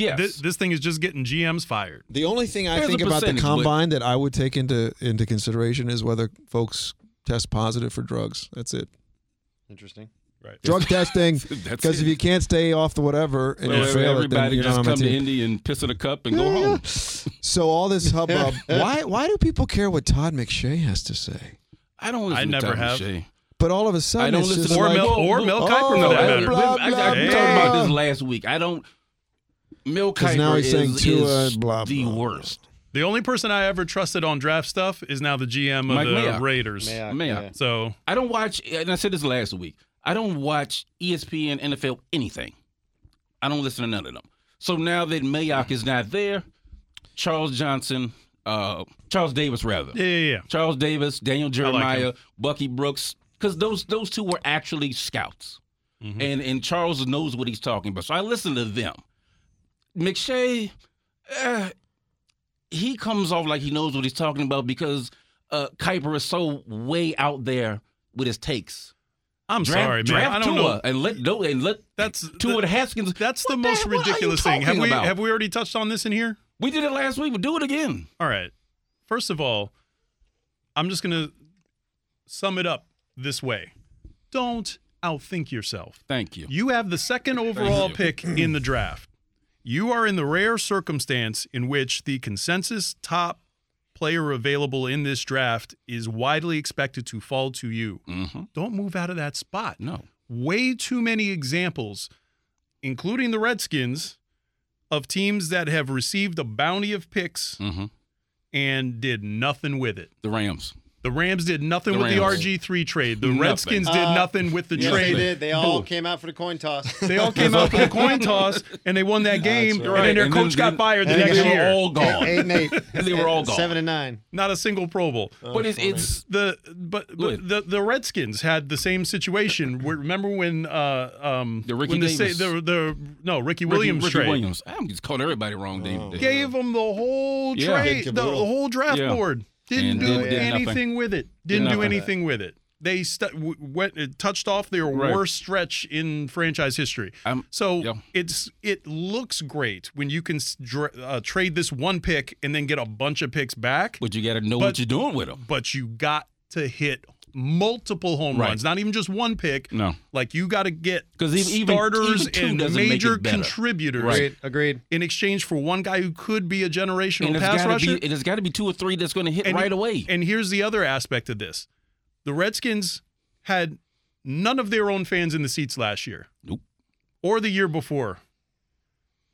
B: it's-
C: yes.
B: This, this thing is just getting GMs fired.
A: The only thing I
C: There's
A: think
C: a
A: about the
C: percentage, but-
A: combine that I would take into into consideration is whether folks test positive for drugs. That's it.
D: Interesting.
B: Right.
A: Drug testing,
C: That's
A: because if
C: it.
A: you can't stay off the whatever and
C: Well,
A: you fail it, then
C: everybody
A: you're not
C: just
A: on my
C: come to
A: team.
C: Indy and piss in a cup and go home.
A: So all this hubbub. why why do people care what Todd McShay has to say?
C: I don't listen
B: I never
C: to Tommy
B: have.
C: Shea.
A: But all of a sudden,
C: I don't
A: it's
C: listen
A: just
C: to
B: or
A: Oh, like,
B: Mel or Mel
A: oh,
B: Kiper for
A: blah,
B: that matter.
A: blah,
C: I, I,
A: blah,
C: we
B: blah.
C: talked about this last week. I don't. Mel
A: 'Cause
C: Kiper
A: now he's saying
C: is,
A: Tua,
C: is
A: blah,
C: the
A: blah, blah.
C: worst.
B: The only person I ever trusted on draft stuff is now the GM of
C: Mike
B: the
C: Mayock.
B: Raiders.
D: May I-
C: Man.
D: yeah.
B: So
C: I don't watch, and I said this last week. I don't watch E ESPN, NFL, anything. I don't listen to none of them. So now that Mayock is not there, Charles Johnson, uh, Charles Davis rather,
B: yeah, yeah, yeah.
C: Charles Davis, Daniel Jeremiah,
B: him.
C: Bucky Brooks, because those those two were actually scouts,
B: Mhm.
C: and and Charles knows what he's talking about. So I listen to them. McShay, uh, he comes off like he knows what he's talking about because uh, Kuiper is so way out there with his takes.
B: I'm
C: Draft-
B: sorry, man.
C: draft
B: I don't
C: Tua
B: know.
C: and let no and let
B: That's
C: Tua
B: the-
C: Haskins.
B: That's
C: What
B: the most
C: hell- what are you
B: ridiculous thing. Have
C: talking
B: we
C: about?
B: have we already touched on this in here?
C: we did it last week. We'll do it again.
B: All right. First of all, I'm just gonna sum it up this way. Don't outthink yourself.
C: Thank you.
B: You have the second overall
C: you.
B: pick in the draft. You are in the rare circumstance in which the consensus top player available in this draft is widely expected to fall to you.
C: hmm
B: Don't move out of that spot.
C: No.
B: Way too many examples, including the Redskins, of teams that have received a bounty of picks
C: hmm
B: and did nothing with it.
C: The Rams.
B: The Rams did nothing
C: The
B: with
C: Rams.
B: the RG3 trade. The
C: Nothing.
B: Redskins did
D: Uh,
B: nothing with the
D: yes,
B: trade.
D: They did. They all came out for the coin toss.
B: They all came out for the coin toss and they won that game,
D: That's
B: and then their
C: And then-
B: coach
C: then-
B: got fired the
D: and
B: next
D: they were
B: year.
C: all gone.
D: Eight and eight.
C: They were all gone.
D: Seven and nine.
B: Not a single Pro Bowl.
A: Oh,
C: but it's, it's
B: The but,
C: Go
B: but
C: ahead.
B: the the Redskins had the same situation. Where- Remember when uh um
C: The Ricky
B: when the, sa-
C: Davis.
B: the the no Ricky Williams
C: Ricky,
B: trade
C: Ricky Williams. I'm just calling everybody wrong, David.
A: Oh.
B: gave them the whole
C: Yeah.
B: trade
D: Big
B: the
D: caboodle.
B: whole draft
C: Yeah.
B: board. Didn't
C: And
B: do
C: did- did
B: anything
C: nothing.
B: with it. Didn't do
C: nothing.
B: anything with it. They stu- w- went it touched off their
C: Right.
B: worst stretch in franchise history.
C: I'm-
B: So
C: Yeah.
B: it's it looks great when you can s- dra- uh, trade this one pick and then get a bunch of picks back,
C: But you got to know
B: But-
C: what you're doing with them.
B: but you got to hit multiple home
C: Right.
B: runs, not even just one pick.
C: No.
B: Like you got to get
C: 'Cause even- even-
B: starters
C: even two
B: and
C: doesn't make
B: major
C: it better.
B: contributors
C: Right.
D: Agreed. Agreed.
B: in exchange for one guy who could be a generational
C: And it's
B: pass
C: got to
B: rusher.
C: be. It has got to be two or three that's going to hit right away.
B: And here's the other aspect of this: the Redskins had none of their own fans in the seats last year,
C: Nope.
B: or the year before.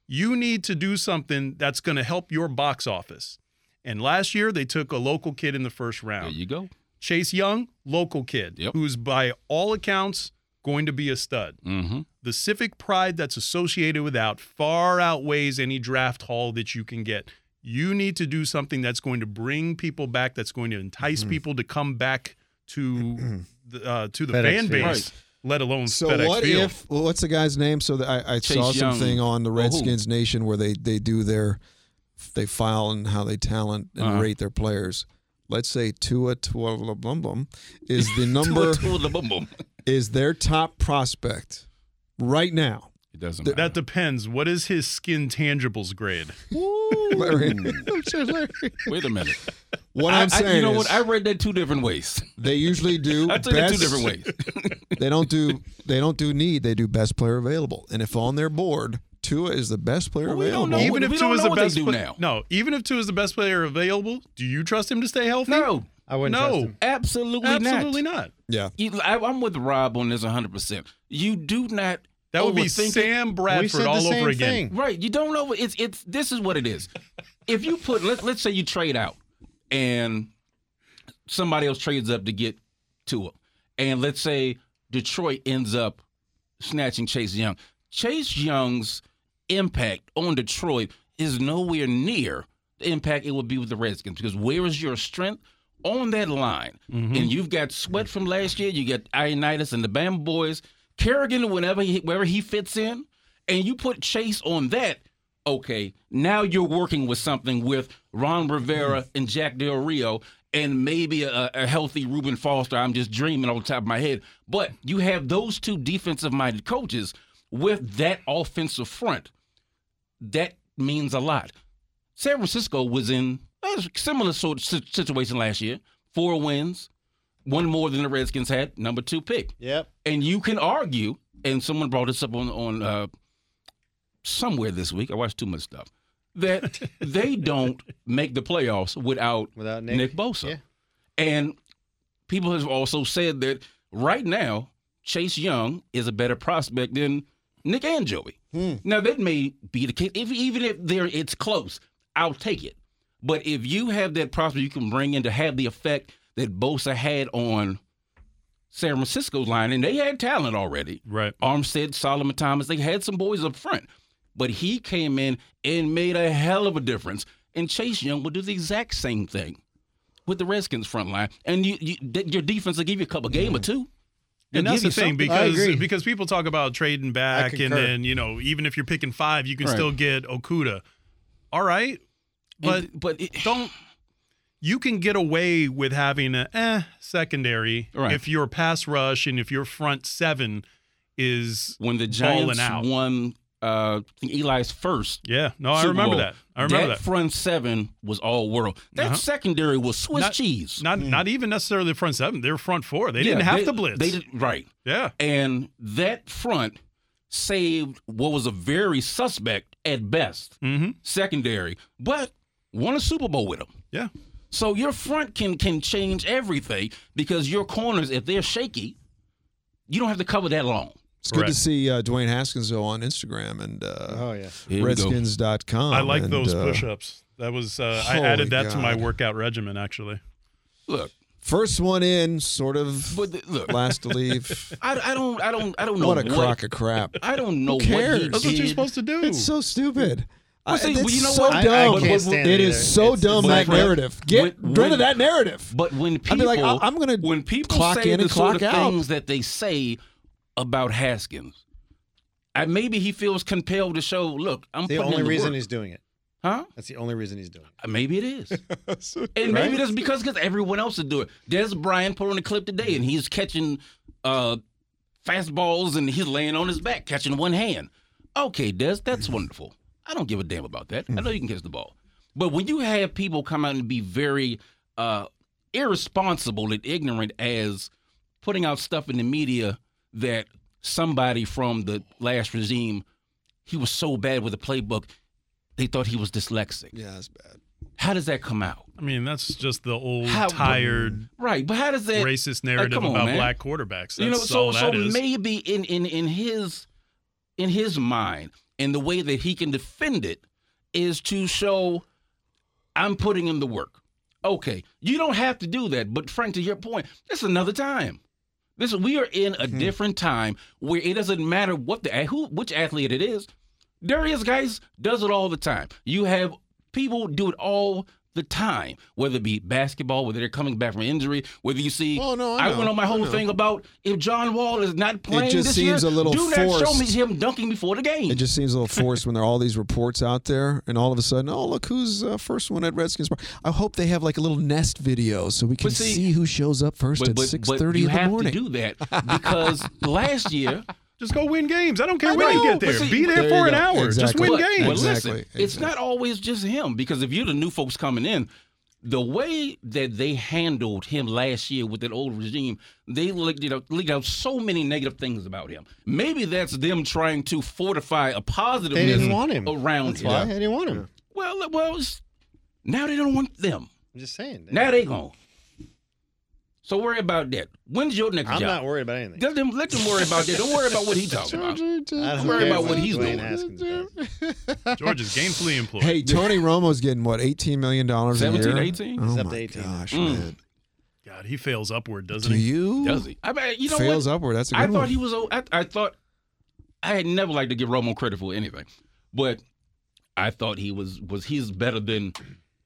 B: You need to do something that's going to help your box office. And last year they took a local kid in the first
C: there
B: round,
C: you go.
B: Chase Young, local kid,
C: Yep.
B: who's by all accounts going to be a stud.
C: Mm-hmm.
B: The civic pride that's associated with out far outweighs any draft haul that you can get. You need to do something that's going to bring people back, that's going to entice people to come back to the, uh, to the
D: FedEx
B: fan
D: Field.
B: base,
C: Right.
B: let alone
A: So
B: FedEx
A: what
B: Field.
A: if well, what's the guy's name? So that I, I
C: Chase
A: saw
C: Young.
A: something on the
C: Or who?
A: Redskins Nation where they they do their they file and how they talent and
C: Uh-huh.
A: rate their players. Let's say Tua Tuavlablum is the number is their top prospect right now.
C: It doesn't matter.
B: That depends. What is his skin tangibles grade?
A: Larry. I'm sure Larry-
C: Wait a minute.
A: What
C: I-
A: I'm
C: I-
A: saying
C: you know
A: is
C: what? I read that two different ways.
A: they usually do
C: I took it two
A: best-
C: different ways.
A: They don't do they don't do need, they do best player available. And if on their board, Tua is the best player
C: Well, we
A: available.
C: don't know what-
B: even
C: we
B: if
C: don't
B: two is
C: know
B: the
C: what they
B: best
C: do
B: pla-
C: now.
B: No, even if two is the best player available, do you trust him to stay healthy?
C: No,
D: I wouldn't
B: No.
D: trust him.
C: absolutely,
B: Absolutely
C: not.
B: not.
A: Yeah.
C: You- I, am with Rob on this 100. percent You do not.
B: That would be
C: overthink it.
B: Sam
D: we
B: Bradford
D: said
B: all
D: the
B: over
D: same
B: again.
D: thing.
C: Right. You don't know. It's it's. This is what it is. If you put let let's say you trade out, and somebody else trades up to get Tua, and let's say Detroit ends up snatching Chase Young. Chase Young's impact on Detroit is nowhere near the impact it would be with the Redskins because where is your strength on that line? And you've got Sweat from last year, you got Ionitis and the Bama Boys, Kerrigan whenever he, wherever he fits in, and you put Chase on that. Okay, now you're working with something with Ron Rivera and Jack Del Rio, and maybe a, a healthy Reuben Foster. I'm just dreaming off the top of my head, but you have those two defensive-minded coaches with that offensive front that means a lot. San Francisco was in a similar sort of si- situation last year. Four wins, one more than the Redskins had, number two pick.
D: Yep.
C: And you can argue, and someone brought this up on on uh, somewhere this week. I watched too much stuff. That they don't make the playoffs without
D: Without Nick.
C: Nick, Bosa.
D: Yeah.
C: And people have also said that right now, Chase Young is a better prospect than Nick and Joey.
D: Hmm.
C: Now that may be the case. If even if there it's close, I'll take it. But if you have that prospect you can bring in to have the effect that Bosa had on San Francisco's line, and they had talent already.
B: Right.
C: Armstead, Solomon Thomas, they had some boys up front. But he came in and made a hell of a difference. And Chase Young will do the exact same thing with the Redskins front line. And you, you th- your defense will give you a couple game or
B: Mm.
C: two. They'll
B: And that's
C: give you
B: the thing
C: something.
D: I
B: because
D: agree.
B: because people talk about trading back and
D: concur.
B: then, you know, even if you're picking 5, you can
C: Right.
B: still get Okuda. All right? But
C: And- but it,
B: don't you can get away with having a eh, secondary
C: Right.
B: if your pass rush and if your front 7 is
C: when the
B: Balling
C: Giants
B: out.
C: won uh, I think Eli's first.
B: Yeah, no, I
C: Super
B: remember
C: Bowl,
B: that. I remember that.
C: front seven was all world. That
B: Uh-huh.
C: secondary was Swiss
B: Not-
C: cheese.
B: Not not even necessarily the front seven. They're front four. They didn't
C: Yeah,
B: have to blitz.
C: They did, right.
B: yeah.
C: And that front saved what was a very suspect at best
B: Mm-hmm.
C: secondary, but won a Super Bowl with them.
B: Yeah.
C: So your front can can change everything because your corners, if they're shaky, you don't have to cover that long.
A: It's good to
B: Correct.
A: see uh, Dwayne Haskins though on Instagram and uh,
D: Oh yeah.
A: Redskins.com.
B: I like
A: and,
B: those
A: uh,
B: push-ups. That was uh, I
A: holy
B: added that to my
A: God.
B: workout regimen actually.
C: Look,
A: First one in, sort of
C: but the, look,
A: last to leave.
C: I, I don't I don't I don't know
A: what a crock of crap.
C: I don't know
A: cares?
C: what he
B: That's what you're
C: did.
B: supposed to do.
A: It's so stupid. I,
C: Well, see,
A: it's
C: well, you know
A: so
C: what? I- I
A: dumb.
C: can't
D: stand
A: it
D: it
A: is
D: either.
A: so
D: It's-
A: dumb,
C: it's
A: that
C: like-
A: narrative. Get
C: When-
A: rid of
C: when-
A: that narrative.
C: But when people,
A: I'd be like, I- I'm gonna
C: when people
A: clock
C: say
A: in
C: the
A: and
C: sort
A: clock
C: of
A: out.
C: things that they say about Haskins, I, maybe he feels compelled to show. Look, I'm
D: The
C: putting
D: only
C: in the
D: reason
C: work.
D: he's doing it.
C: huh?
D: That's the only reason he's doing it.
C: Uh, Maybe it is, and maybe that's because because everyone else is doing. it. There's Brian put on a clip today, and he's catching uh, fastballs, and he's laying on his back catching one hand. Okay, Des, that's wonderful. I don't give a damn about that. I know you can catch the ball, but when you have people come out and be very uh, irresponsible and ignorant as putting out stuff in the media that somebody from the last regime he was so bad with the playbook they thought he was dyslexic
A: yeah, that's bad.
C: how does that come out
B: I mean, that's just the old
C: How-
B: tired
C: right but how does that
B: racist narrative
C: come on,
B: about
C: man.
B: black quarterbacks. That's
C: you know so
B: all
C: so
B: that is.
C: maybe in in in his in his mind and the way that he can defend it is to show i'm putting in the work okay you don't have to do that but frank to your point it's another time this we are in
A: Hmm.
C: a different time where it doesn't matter what the who which athlete it is Darius guys does it all the time. You have people do it all the time, whether it be basketball, whether they're coming back from injury, whether you see.
A: Oh, no, I
C: I,
A: know.
C: went on my
A: I
C: whole
A: know.
C: thing about if John Wall is not playing
A: just
C: this
A: seems
C: year,
A: a little
C: do not show me
A: forced.
C: him dunking before the game.
A: It just seems a little forced when there are all these reports out there, and all of a sudden, oh look who's uh, first one at Redskins Park. I hope they have like a little nest video so we can
C: But
A: see,
C: see-
A: who shows up first
C: but,
A: at
C: but,
A: six
C: but
A: thirty
C: you
A: in the
C: have
A: morning.
C: to do that because last year
B: Just go win games. I don't care
C: I
B: when
C: know,
B: you get
C: but
B: there.
C: see-
B: Be there,
A: There
B: for
A: you
B: an
A: go.
B: hour. Just
A: Exactly.
B: win
A: But-
B: games.
A: but
C: listen,
A: Exactly,
C: it's not always just him because if you're the new folks coming in, the way that they handled him last year with that old regime, they leaked out, leaked out so many negative things about him. Maybe that's them trying to fortify a
D: They
C: positiveness
D: didn't want Mm-hmm. him.
C: around
D: That's
C: him.
D: why they didn't want him.
C: Well, well, it's- now they don't want them.
D: I'm just saying.
C: Now they gone. So worry about that. When's your next
D: I'm
C: job?
D: not worried about anything.
C: Let them, let them worry about that. Don't worry about what he talking about.
D: I don't
C: worry
D: care
C: about what he's
D: Dwayne
C: doing.
D: Haskins does.
B: George is gamefully employed.
A: Hey, Tony Romo's getting what eighteen million dollars a year?
C: 17, 18?
A: Oh
D: He's up
A: my
D: to 18.
A: gosh,
C: Mm.
A: man!
B: God, he fails upward, doesn't
A: Do
B: he?
A: you?
C: Does he? I mean, you know what?
A: fails upward. That's a good
C: I
A: one.
C: thought he was. o- I, I thought I had never liked to give Romo credit for anything, but I thought he was was he's better than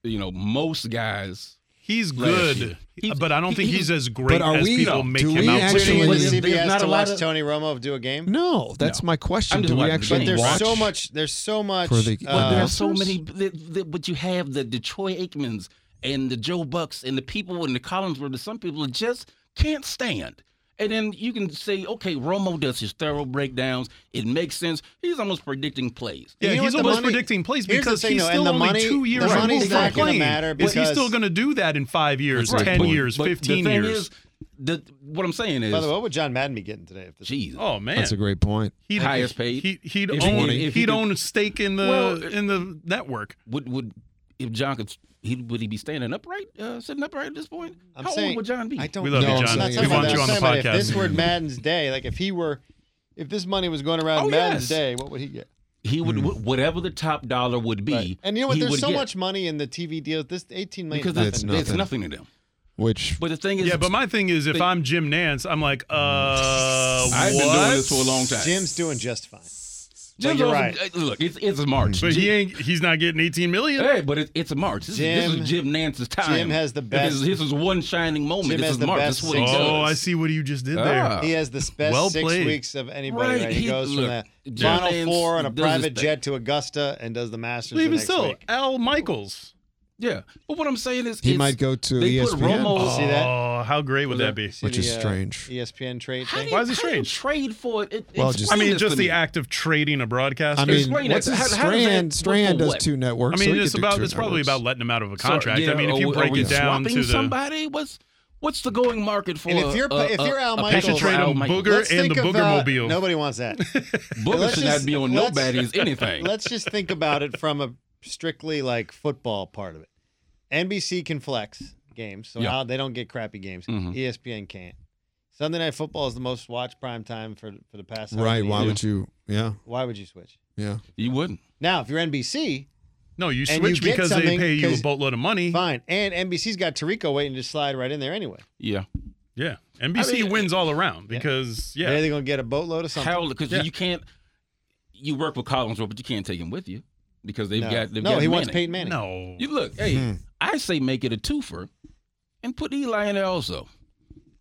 C: you know most guys.
B: He's
C: Last
B: good,
C: year. He's-
B: but I don't
C: he-
B: think
C: he-
B: he's as great
A: are
B: as
A: we-
B: people
A: no.
B: make
A: Do
B: him
A: we
B: out. to be.
A: actually-
D: Actually,
A: Well,
C: there's
D: CBS
C: not
D: to
C: a lot
D: watch
C: of-
D: Tony Romo do a game.
A: no, that's my question.
C: I'm just
A: Do we
C: watching the
A: actually?
D: But there's
A: watch?
D: so much. There's so much.
A: For the-
C: But
A: Uh,
C: there are so
A: Raptors?
C: many. The, the, but you have the Detroit Aikmans and the Joe Bucks and the people in the Collinsworth that some people just can't stand. And then you can say, okay, Romo does his thorough breakdowns. It makes sense. He's almost predicting plays.
B: Yeah,
D: You know
B: he's
D: what the
B: almost
D: money-
B: predicting plays
D: here's the
B: because
D: thing,
B: he's
D: though, and
B: still
D: the
B: only
D: money-
B: two
D: the
B: years
C: money's
B: removed
C: not
B: from
C: gonna
B: playing.
D: matter
B: Is he
D: because-
B: still going to do that in five years,
C: That's my
B: ten
C: point.
B: years,
C: But
B: fifteen
C: the thing
B: years?
C: Is, the, what I'm saying is,
D: By the way, what would John Madden be getting today? If this,
C: Jesus.
B: oh man,
A: That's a great point.
B: he'd,
C: Highest paid.
B: He, he'd
C: If he-
B: own
C: if he
B: he'd
C: could-
B: own a stake in the
C: Well,
B: in the network.
C: would would if John could he would he be standing upright, uh, sitting upright at this point?
D: I'm
C: How
D: saying-
C: old would John be?
D: I don't
B: We love
A: you,
D: know.
A: John.
D: I'm not
A: We
D: talking
A: want
D: about
A: you
D: that.
A: on
D: I'm
A: the
D: talking about
B: podcast.
D: If this were Madden's day, like if he were, if this money was going around
C: Oh, yes.
D: Madden's day, what would he get?
C: he would
B: Hmm.
C: wh- whatever the top dollar would be.
D: Right. And you know what?
C: he
D: There's
C: would
D: so
C: get,
D: much money in the TV deals. This 18 million.
C: because
A: That's
C: it's,
A: nothing.
C: it's nothing to them.
A: Which
C: But the thing is,
B: Yeah, but my thing is, if
C: But-
B: I'm Jim Nance, I'm like, uh,
C: I've
B: what?
C: been doing this for a long time.
D: Jim's doing just fine.
C: Jim's
D: you're
C: also-
D: right.
C: uh, Look, it's it's March.
B: but
C: Jim-
B: he ain't. He's not getting 18 million.
C: Hey, but it, it's March. This, is,
D: Jim-
C: this is Jim Nance's time.
D: Jim has the
C: This
D: best-
C: is, this is one shining moment.
D: Jim
C: this
D: has
C: is
D: the
C: March.
D: best
C: This is what he
D: six-
C: does.
B: oh, I see what you just did there.
C: Ah.
D: He has the best
B: Well
D: six
B: played.
D: weeks of anybody. Right.
C: Right,
D: He,
C: he-
D: goes
C: look,
D: from the
C: Jim
D: final
C: Nance
D: four on a
C: does his
D: private
C: thing.
D: jet to Augusta and does the Masters. the
B: Even
D: next
B: still,
D: week.
B: Al Michaels.
C: Yeah, but what I'm saying is,
A: he
C: it's-
A: might go to
B: E
C: they put
A: ESPN.
C: Romo-
D: See that?
B: Oh, how great would that be?
D: See
A: Which is strange.
D: ESPN trade
C: How do
D: thing.
C: you,
B: Why is it
C: how do you
B: strange?
C: trade for it? it
A: Well,
C: explain
A: just-
B: I mean,
C: this
B: just
C: to
B: the
C: me.
B: act of trading a broadcaster.
A: I mean,
C: Explain that.
A: what's his-
C: How- how does that-
A: Strand? Strand
C: for
A: does
C: what?
A: two
B: I
A: networks. so
B: mean,
A: he
B: it's
A: could do
B: about
A: two
B: it's probably
A: networks.
B: about letting him out of a
C: So,
B: contract.
C: yeah,
B: I mean, if you
C: are-
B: break
C: are we
B: it down to
C: swapping
B: the
C: somebody, what's what's the going market for?
D: And if you're-
C: a,
D: if
C: a-
D: you're Al
C: a
D: Michaels-
C: pitcher
D: They should trade
C: for Al
B: him
C: Michaels?
B: Booger
D: Let's
B: and
D: think
B: the
D: of,
B: Boogermobile.
D: Uh, nobody wants that.
C: Booger
D: Let's
C: should
D: just-
C: not be on
D: let's-
C: nobody's anything.
D: Let's just think about it from a strictly like football part of it. NBC can flex games, so
C: Yeah.
D: now they don't get crappy games. E
C: Mhm.
D: ESPN can't. Sunday Night Football is the most watched prime time for for the past. however
A: Right?
D: many
A: Why
D: years.
A: would you? Yeah,
D: Why would you switch?
A: yeah.
C: You wouldn't.
D: Now, if you're NBC,
B: No, you
D: And
B: switch
D: you get
B: because they
D: something
B: pay you a
D: 'cause-
B: boatload of money.
D: fine. And NBC's got Tarico waiting to slide right in there anyway.
C: Yeah.
B: Yeah, NBC
C: I mean,
B: wins all around because yeah,
D: They're either gonna get a boatload of something.
C: How? Because
B: Yeah.
C: you can't. You work with Collinsworth, but you can't take him with you because they've
D: no,
C: got. They've
D: no
C: got
D: he wants Hmm.
C: Manning.
D: Peyton
B: no.
D: Manning.
C: You look. Hey, I say make it a twofer, and put Eli in there also.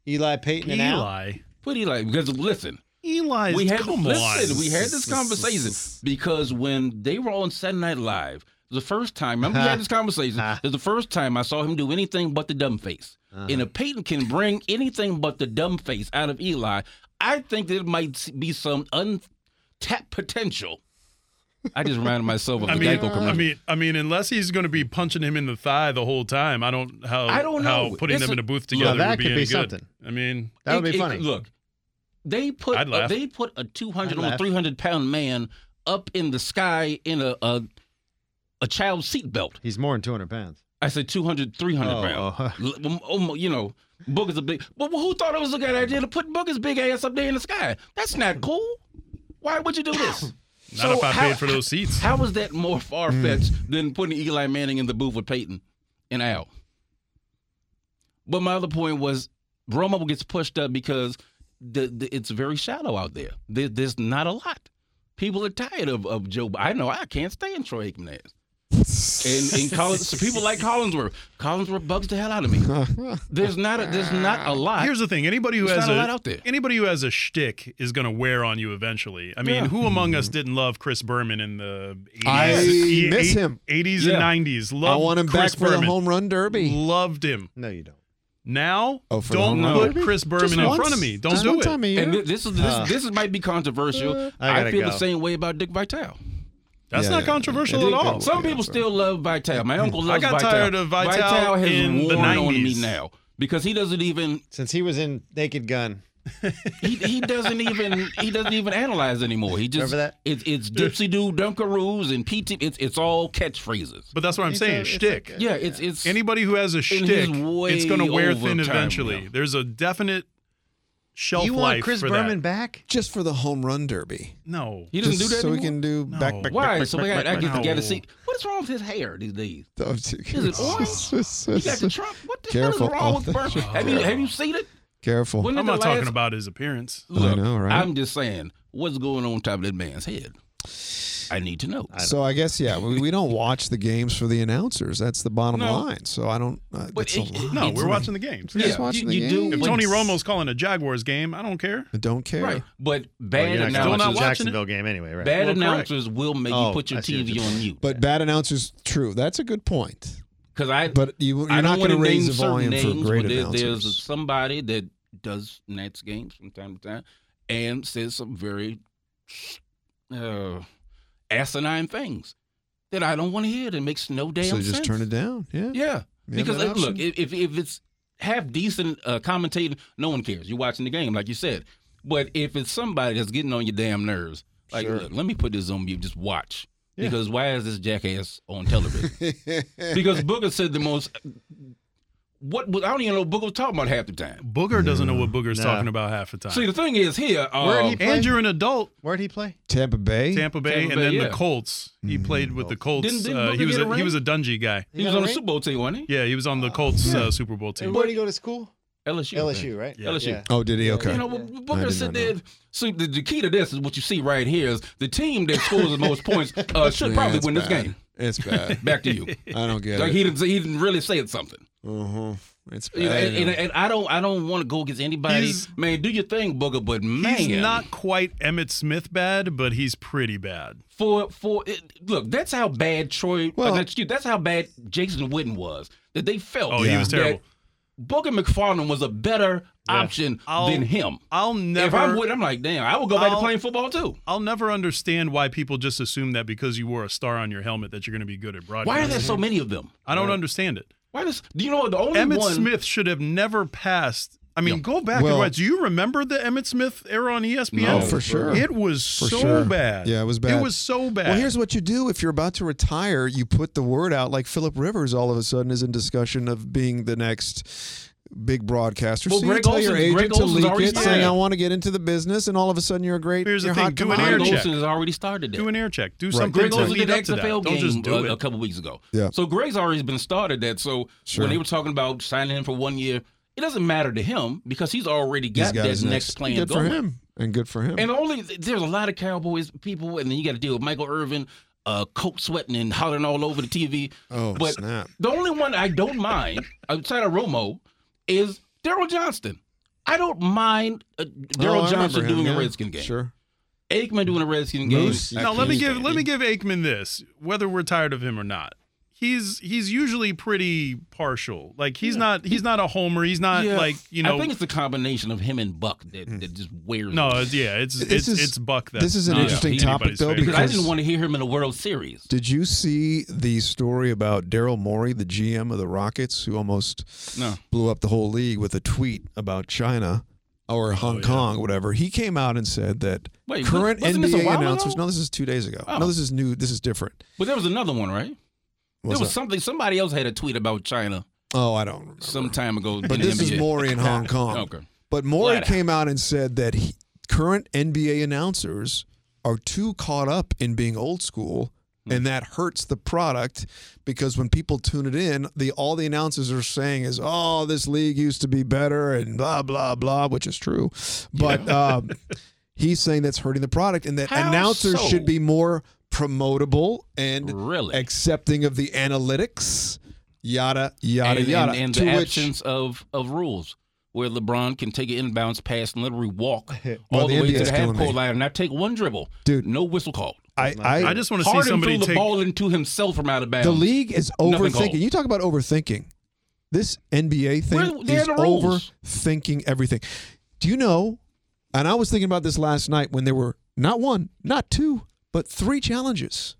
D: Eli Peyton and Al.
B: Eli,
C: Put Eli because listen,
B: Eli,
C: we had
B: come
C: listen,
B: on.
C: we had this conversation because when they were on Saturday Night Live, the first time remember we had this conversation.
B: Uh-huh.
D: Huh.
C: It's the first time I saw him do anything but the dumb face. And if Peyton can bring anything but the dumb face out of Eli, I think there might be some untapped potential. I just reminded myself of the
B: I mean,
C: Geico commercial.
B: I mean, I mean, unless he's going to be punching him in the thigh the whole time, I don't how
C: I don't
B: how
C: know.
B: putting
C: It's
B: them
C: a-
B: in a booth
C: Now,
B: together
D: that
B: would be
D: could be
B: any good.
D: something.
B: I mean,
D: That would
C: It-
D: be
C: it-
D: funny.
C: look, they put
B: I'd laugh.
C: a, they put a two hundred
D: I'd
C: or
D: laugh.
C: three hundred pound man up in the sky in a a, a child's seatbelt.
D: He's more than 200 pounds.
C: I said 200, 300
D: Oh, oh.
C: pounds. L- oh, mo- you know, Booger's a big. But who thought it was a good idea to put Booger's big ass up there in the sky? That's not cool. Why would you do this?
B: not if I paid for those seats.
C: How is that more far fetched than putting Eli Manning in the booth with Peyton and Al? But my other point was Romo gets pushed up because the, the, it's very shallow out there. there. There's not a lot. People are tired of, of Joe. I know I can't stand Troy Aikman. And, and Collins, so people like Collinsworth. Collinsworth bugs the hell out of me. There's not a, there's not a lot.
B: Here's the thing: anybody who
C: There's
B: has
C: not a lot out there.
B: anybody who has a shtick is going to wear on you eventually. I mean,
C: Yeah.
B: who among
C: Mm-hmm.
B: us didn't love Chris Berman in the 80s,
A: I
B: e-
A: miss
B: eight-
A: him.
B: 80s
C: Yeah.
B: and 90s? Loved
A: I want him
B: Chris
A: back for
B: Berman.
A: the home run derby.
B: Loved him.
D: No, you don't.
B: Now,
A: Oh, for the
B: don't
C: home run
B: put Chris Berman
A: Just
B: in
A: once.
B: front of me. Don't
A: Just
B: do
A: one
B: it.
A: time a year.
C: And thi- this is this,
D: Uh.
C: this might be controversial.
D: I gotta
C: feel
D: go.
C: the same way about Dick Vitale.
B: That's
A: Yeah,
B: not
A: yeah, yeah. I
B: controversial at
A: think
B: all.
A: that
C: Some people still love Vitale. My uncle loves
B: got
C: Vitale.
B: tired of Vitale
C: has
B: in the
C: worn on me
B: 90s.
C: now because he doesn't even
D: Since he was in Naked Gun,
C: he, he doesn't even he doesn't even analyze anymore. He just
D: Remember that?
C: It's it's dipsy doo dunkaroos and PT. It's it's all catchphrases.
B: But that's what I'm
D: It's
B: saying.
D: a- it's
B: shtick.
D: like
C: Yeah, it's it's
B: Anybody who has a shtick,
C: he's
B: it's
C: way
B: going to wear
C: over
B: thin
C: time
B: eventually.
C: now.
B: There's a definite shelf
D: you
B: life
D: want Chris
B: for
D: Berman
B: that.
D: back?
A: Just for the home run derby.
B: No.
C: he doesn't
A: Just
C: do that
A: so we
C: anymore.
A: can do
B: No.
A: back back.
C: Why? So we got I get to get
B: No.
C: a seat. What is wrong with his hair these days?
A: Is
C: it You got the Trump. What the
A: Careful.
C: hell is wrong with Berman? Have you have you seen it?
A: Careful.
C: When
B: Oh,
C: did
B: I'm
C: the
B: not talking
C: last-
B: about his appearance.
C: Look,
A: know, right?
C: I'm just saying, what's going on top of that man's head? I need to know.
A: so I guess yeah, we, we don't watch the games for the announcers. That's the bottom
C: No.
A: line. So I don't. Uh,
C: But
A: it's a
C: it- it-
A: lot.
B: No,
C: It's
B: we're
C: like-
B: watching the games.
A: We're just watching
C: you,
A: the
C: you
A: game.
C: do.
B: If
C: when-
B: Tony Romo's calling a Jaguars game, I don't care.
A: I don't care.
C: right, but
D: Well,
C: bad
D: you're not
B: Still
D: going
B: not
D: to
C: announcers,
D: the
B: watching it?
D: Jacksonville game anyway, right?
C: bad
B: Well, correct.
C: announcers will make
D: Oh,
C: you put your
D: I see what
C: TV
D: you're
C: on
D: saying.
C: mute.
A: But bad announcers, true. That's a good point.
C: because I,
A: But you, you're
C: I
A: not
C: don't
A: going
C: want
A: to
C: to
A: raise
C: name
A: the
C: certain
A: volume
C: names,
A: for great
C: but there- there's
A: announcers.
C: somebody that does Nats games from time to time and says some very uh, asinine things that I don't want to hear. That makes no damn
A: so you
C: sense.
A: just turn it down. Yeah.
C: Yeah,
A: You have
C: because
A: that
C: uh, look,
A: option?
C: if if- if it's half decent uh, commentating, no one cares. You're watching the game, like you said. But if it's somebody that's getting on your damn nerves, like,
A: Sure.
C: look, let me put this on mute. Just watch.
A: Yeah.
C: Because why is this jackass on television? because Booker said the most. What was I don't even know what Booker was talking about half the time.
B: Booger doesn't know what Booger's
D: Nah.
B: talking about half the time.
C: See, the thing is here,
D: Where
C: um,
D: he-
B: and you're an adult.
D: Where'd he play?
A: Tampa Bay.
B: Tampa Bay,
C: Tampa
B: and
C: Bay,
B: then
C: yeah.
B: the Colts. He played with the Colts.
C: Didn't- didn't
B: uh, he
C: Booger
B: was
C: get
B: a,
C: a
B: he was a
C: ring?
B: Dungy guy.
C: he was on the Super Bowl team, wasn't he?
B: Yeah, he was on the Colts uh, Super Bowl team.
D: Where'd he go to school?
C: LSU. I
D: LSU,
C: think.
D: right?
B: Yeah.
C: LSU.
A: Oh, did he? Okay.
C: You know, but
A: I
C: Booker
A: did
C: said
A: not know.
C: that. So the, the key to this is what you see right here is the team that scores the most points uh, should
A: Yeah,
C: probably
A: it's
C: win this
A: bad.
C: game.
A: It's bad.
C: Back to you.
A: I don't get
C: Like
A: it.
C: he didn't, he didn't really say it something.
A: Uh-huh. It's bad.
C: You know, and, and, and I don't I don't want to go against anybody.
B: He's-
C: man, do your thing, Booker. But man,
B: He's not quite Emmett Smith bad, but he's pretty bad.
C: for for it, look. That's how bad Troy.
A: Well-
C: uh, excuse. That's how bad Jason Witten was. That they felt.
B: Oh, he
A: Yeah.
B: was terrible.
C: That Booker McFarland was a better option
B: I'll
C: than him.
B: I'll
C: if I
B: never
C: would, I'm like, damn, I would go back
B: I'll-
C: to playing football too.
B: I'll never understand why people just assume that because you wore a star on your helmet that you're going to be good at broadcasting.
C: Why are there so many of them?
B: I don't understand it.
C: Why does do you know what the only
B: Emmett
C: one?
B: Smith should have never passed. I mean, go back
A: Well-
B: and watch. Do you remember the Emmett Smith era on E ESPN?
C: No,
A: for sure.
B: It was
A: For
B: so
A: sure.
B: bad.
A: Yeah, it was bad.
B: It was so bad.
A: Well, here's what you do if you're about to retire. You put the word out, like Philip Rivers. All of a sudden, is in discussion of being the next big broadcaster.
C: Well,
A: so you
C: Greg
A: tell your
C: Olsen's-
A: agent
C: Greg
A: to
C: Olsen's
A: leak
C: already
A: it, saying
C: started.
A: I want to get into the business, and all of a sudden you're a great.
B: Here's the
A: you're
B: thing,
A: hot
B: do an
A: commodity.
B: air
C: Greg
B: check.
C: Olsen has already started it.
B: do an air check. Do
A: Right.
B: something
C: Greg
B: to
C: Olsen
B: lead
C: did
B: up to that.
C: XFL
B: Don't
C: game
B: just do
C: uh,
B: it.
C: a couple weeks ago.
A: Yeah.
C: So Greg's already been started that. So
A: Sure.
C: when they were talking about signing him for one year, it doesn't matter to him because he's already
A: He's
C: got,
A: got
C: that
A: his
C: next, plan
A: Good
C: going.
A: for him, and good for him.
C: And only there's a lot of Cowboys people, and then you got to deal with Michael Irvin, uh, coat sweating and hollering all over the TV.
A: oh
C: but
A: snap!
C: The only one I don't mind outside of Romo is Daryl Johnston. I don't mind
A: Oh, I
C: uh, Daryl
A: remember
C: Johnston
A: him,
C: doing
A: yeah.
C: a Redskin game.
A: Sure.
C: Aikman doing a Redskin game.
A: Moose.
C: I
B: Now let me
C: can't
B: give let me give
C: stand
B: Aikman this, whether we're tired of him or not. He's he's usually pretty partial. Like he's not he's not a homer. He's not
C: Yeah.
B: like you
C: I
B: know.
C: think it's the combination of him and Buck that, that just wears.
B: no,
C: me.
B: it's, yeah, it's
A: This
B: it's,
A: is-
B: it's Buck. That
A: this is an
C: Yeah.
A: interesting
B: he's
A: topic
B: anybody's
A: though
B: favorite.
C: because I
A: because
C: didn't want to hear him in the World Series.
A: Did you see the story about Daryl Morey, the GM of the Rockets, who almost
C: No.
A: blew up the whole league with a tweet about China or Hong Kong, whatever? He came out and said that
C: Oh, Wait, wa-
A: current
C: wasn't this a
A: NBA
C: while
A: announcers.
C: ago?
A: No, this is two days ago.
C: Oh.
A: No, this is new. This is different.
C: But there was another one, right?
A: What's
C: there was
A: that?
C: something. Somebody else had a tweet about China
A: oh, I don't remember.
C: some time ago.
A: but
C: in
A: this
C: the
A: is um,
C: NBA.
A: Morey in Hong Kong.
C: Okay.
A: But Morey
C: Flat out.
A: came out and said that he, current NBA announcers are too caught up in being old school,
C: Hmm.
A: and that hurts the product because when people tune it in, the all the announcers are saying is, "Oh, this league used to be better," and blah blah blah, which is true, but um, he's saying that's hurting the product, and that
C: How
A: announcers
C: so?
A: should be more promotable and
C: Really?
A: accepting of the analytics, yada yada
C: and,
A: yada.
C: and, and
A: to
C: the
A: which
C: absence of, of rules where LeBron can take an inbounds pass and literally walk all
A: Well,
C: the,
A: the
C: way to
A: Indians
C: the half
A: killing me.
C: court line and not take one dribble.
A: Dude.
C: No whistle called.
A: I,
B: I
A: I,
B: just want to see
C: Harden
B: somebody
C: threw the
B: take.
C: ball into himself from out of bounds.
A: the league is
C: Nothing goal.
A: overthinking. You talk about overthinking. This NBA
C: Where-
A: thing
C: they're
A: is
C: the rules.
A: overthinking everything. Do you know? And I was thinking about this last night when there were not one, not two, but three challenges,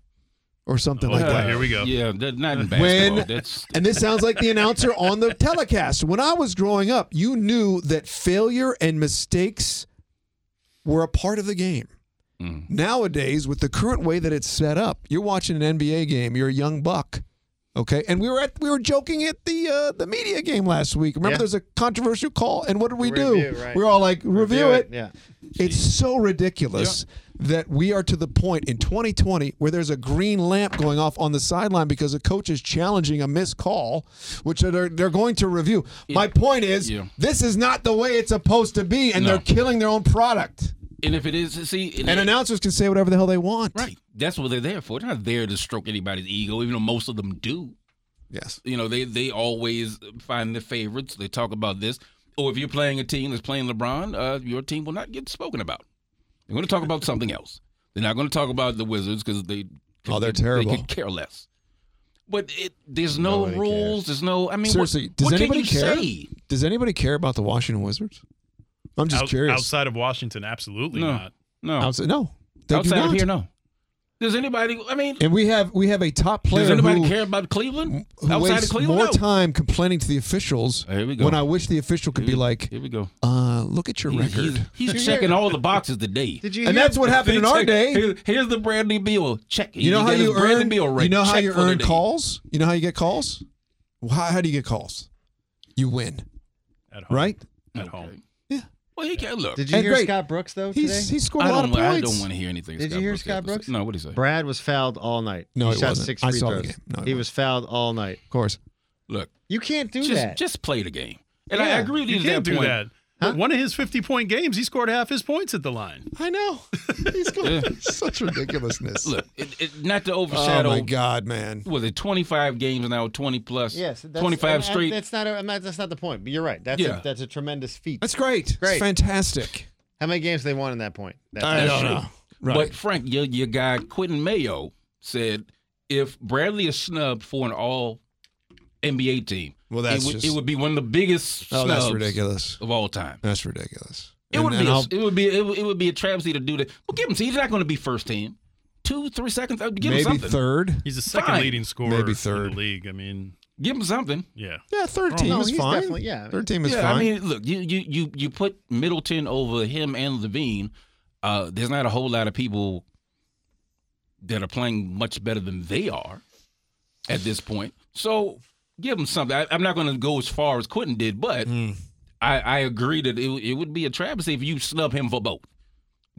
A: or something
B: Oh,
A: like
B: boy,
A: that.
B: here we go.
C: Yeah, that, not in
A: When-
C: basketball. That's
A: And this sounds like the announcer on the telecast. When I was growing up, you knew that failure and mistakes were a part of the game.
C: Mm.
A: Nowadays, with the current way that it's set up, you're watching an NBA game. You're a young buck, okay? And we were at we were joking at the uh, the media game last week. Remember,
D: Yeah.
A: there's a controversial call, and what did we
D: Review,
A: do?
D: right.
A: We were all like, review, it.
D: Yeah.
A: It's so ridiculous that we are to the point in 2020 where there's a green lamp going off on the sideline because a coach is challenging a missed call, which they're, they're going to review. My point is,
C: Yeah.
A: this is not the way it's supposed to be, and
C: No.
A: they're killing their own product.
C: and if it is see and
A: And announcers can say whatever the hell they want.
C: right. That's what they're there for. They're not there to stroke anybody's ego, even though most of them do.
A: Yes.
C: You know, they they always find their favorites. They talk about this. Or if you're playing a team that's playing LeBron, uh, your team will not get spoken about. They're going to talk about something else. They're not going to talk about the Wizards because they
A: Oh, they're
C: they-
A: terrible.
C: They could care less. But it, there's no
D: Nobody
C: rules. There's no. I mean, what-
A: Seriously, does
C: what can
A: anybody
C: you
A: care?
C: say?
A: Does anybody care about the Washington Wizards? I'm just
B: Out-
A: curious.
B: Outside of Washington, absolutely
C: No.
B: not.
C: No,
A: Outside- no, they do
C: outside of
A: not.
C: here, no. Does anybody? I mean,
A: And we have we have a top player
C: does anybody
A: who,
C: care about Cleveland?
A: who
C: Outside of
A: wastes
C: Cleveland,
A: more
C: no.
A: time complaining to the officials
C: Here we go.
A: when I wish the official could be like,
C: Here we go.
A: uh, look at your
C: He's-
A: record.
C: He's, he's checking all the boxes today.
D: Did you?
A: and
D: hear-
A: that's what happened in our day.
C: Here- Here's the Bradley Beal check.
A: You know how you earn
C: Beal rate.
A: you know how
C: Check
A: you
C: for
A: earn
C: today.
A: calls? You know how you get calls? Well, How, how do you get calls? You win,
B: At home.
A: right?
B: At
C: Okay.
B: home.
A: Yeah.
C: Well, he can't look.
D: Did you
A: And
D: hear
A: great.
D: Scott Brooks though today?
A: He's, he scored
C: I
A: a lot
C: don't.
A: of
C: wa-
A: points.
C: I don't want to hear anything.
D: Did you
C: Scott
D: hear
C: Brooks
D: Scott
C: had to say.
D: Brooks?
C: No. What did he say?
D: Brad was fouled all night.
A: No,
D: he
A: he
D: shot
A: wasn't.
D: six
A: I
D: free
A: saw the
D: throws.
A: game. No, he
D: he was fouled all night.
A: Of course.
C: Look,
D: You can't do
C: just
D: that.
C: just play the game. And I
D: Yeah,
C: agree with you,
B: You
C: to
B: can't
C: that
B: do
C: point.
B: that. One of his 50 point games, he scored half his points at the line.
A: I know. He's going such ridiculousness.
C: Look, it, it, not to
A: oh
C: overshadow.
A: my God, man.
C: Was it 25 games now? 20 plus.
D: yes, that's,
C: 25
D: I- I-
C: straight.
D: That's not, a, I'm not. That's not the point. But you're right. That's
C: Yeah.
D: a, that's a tremendous feat.
A: That's great.
D: Great.
A: It's fantastic.
D: How many games they won in that point? That's
A: I
C: That's
A: don't
C: true.
A: know.
C: But Frank, your, your guy Quentin Mayo said if Bradley is snubbed for an All NBA team,
A: Well,
C: it
A: that's
C: would,
A: just-
C: it would be one of the biggest
A: Oh,
C: snubs
A: that's ridiculous.
C: of all time.
A: That's ridiculous.
C: It
A: And-
C: would, be
A: and
C: a,
A: I'll-
C: it would be it would, it would be a travesty to do that. Well, give him. He's not going to be first team. Two, three seconds. uh, Give him
A: maybe
C: something.
A: third.
B: He's the second
C: Fine.
B: leading scorer
A: Maybe
B: in
A: third.
B: the league. I mean,
C: give him something.
B: yeah.
A: Yeah, third team
D: no,
A: is
D: he's
A: fine.
D: definitely- yeah.
A: Third team is
C: yeah,
A: fine.
C: I mean, look, you you you you put Middleton over him and Levine. Uh, there's not a whole lot of people that are playing much better than they are at this point. So give them something. I, I'm not going to go as far as Quentin did, but I, I agree that it, it would be a travesty if you snub him for both.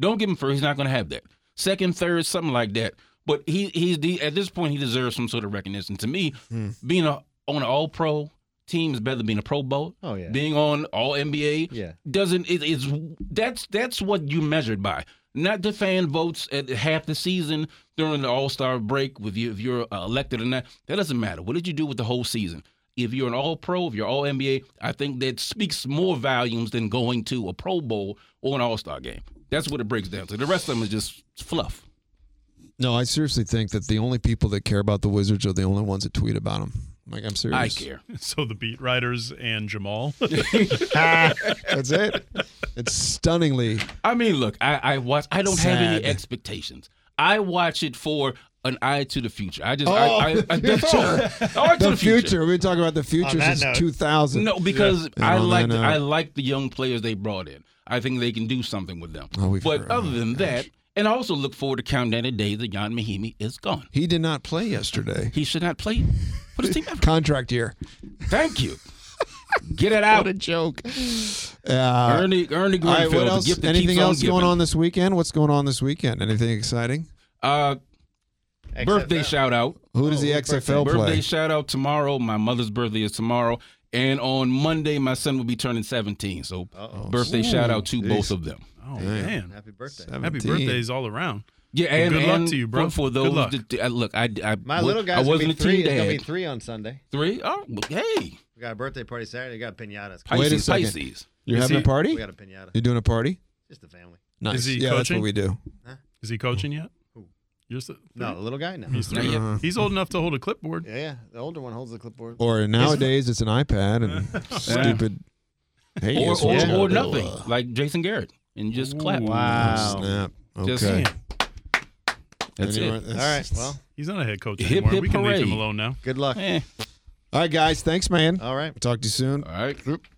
C: Don't give him first; he's not going to have that. Second, third, something like that. But he he's de- at this point he deserves some sort of recognition. To me,
D: Hmm.
C: being a, on an All Pro team is better than being a Pro Bowl.
D: Oh, yeah.
C: being on All NBA
D: Yeah.
C: doesn't it is that's that's what you measured by. Not the fan votes at half the season during the All Star break. With you, if you're uh, elected or not, that doesn't matter. What did you do with the whole season? If you're an All Pro, if you're All NBA, I think that speaks more volumes than going to a Pro Bowl or an All Star game. That's what it breaks down to. The rest of them is just fluff.
A: No, I seriously think that the only people that care about the Wizards are the only ones that tweet about them. Like I'm serious.
C: I care.
B: So the beat writers and Jamal. Oh,
A: That's it. It's stunningly.
C: I mean, look, I, I watch. I don't have any
A: Sad.
C: expectations. I watch it for an eye to the future. I just, I, I, I,
A: the
C: that's all. Eye to
A: Oh. The
C: the future.
A: future. We're talking about the future
D: On that
A: since
D: note.
A: 2000.
C: No, because
A: And
C: I
A: on
C: like
A: that
C: the,
A: note-
C: I like the young players they brought in. I think they can do something with them.
A: Oh, we've
C: but
A: heard-
C: other
A: oh,
C: than
A: gosh.
C: that, and I also look forward to counting down the day that Jan Mahimi is gone.
A: He did not play yesterday.
C: He should not play for this team ever.
A: Contract year.
C: Thank you. Get it out.
A: joke. Uh,
C: Ernie Ernie
A: all right,
C: Greenfield.
A: what
C: the
A: else?
C: gift that
A: Anything
C: keeps
A: else going
C: giving.
A: on this weekend? What's going on this weekend? Anything exciting?
C: Uh,
D: XFL.
C: birthday shout out.
A: Who does the
D: who's
A: XFL
C: birthday
A: play?
C: shout out tomorrow. My mother's birthday is tomorrow. And on Monday, my son will be turning 17. So, birthday shout out to both of them.
B: oh, man.
D: Happy birthday.
B: Happy birthdays all around.
C: Yeah,
B: Well,
C: and,
B: good luck
C: and
B: to you, bro.
C: For, for
B: Good
C: those,
B: luck.
C: That, I- look, I, I,
D: My
C: wa-
D: little
C: I
D: guy's gonna
C: wasn't
D: be
C: a
D: three.
C: team
D: He's gonna be
C: dad.
D: three on Sunday.
C: Three? Oh, well, hey,
D: We got a birthday party Saturday. We got pinatas.
A: Wait a
C: Pisces,
A: second.
C: Pisces.
A: You're
B: Is
A: having
B: he-
A: a party?
D: We got a pinata.
A: You're doing a party?
D: Just the family.
A: Nice.
B: he
A: yeah, that's what
B: coaching?
A: we do.
B: Is he coaching yet?
D: Who?
B: You're still,
D: No, the little guy. No.
B: He's,
C: Not
B: three.
C: yet.
B: He's old enough to hold a clipboard.
D: Yeah, yeah. The older one holds the clipboard.
A: Or nowadays it's an iPad and stupid. Hey,
C: Or,
A: it's
C: or,
A: what you gotta
C: or
A: do.
C: nothing,
A: Uh,
C: like Jason Garrett, and just clap.
D: Wow.
A: Snap. Okay.
C: Just- That's
A: Anyway,
C: it.
D: All
A: that's-
D: right. Well,
B: He's not a head coach
C: Hip,
B: anymore.
C: hip,
B: we can leave him
C: hooray.
B: alone now.
D: good luck.
C: Eh, Uh,
A: All right, guys. Thanks, man.
D: All right.
A: Talk to you soon.
C: all right.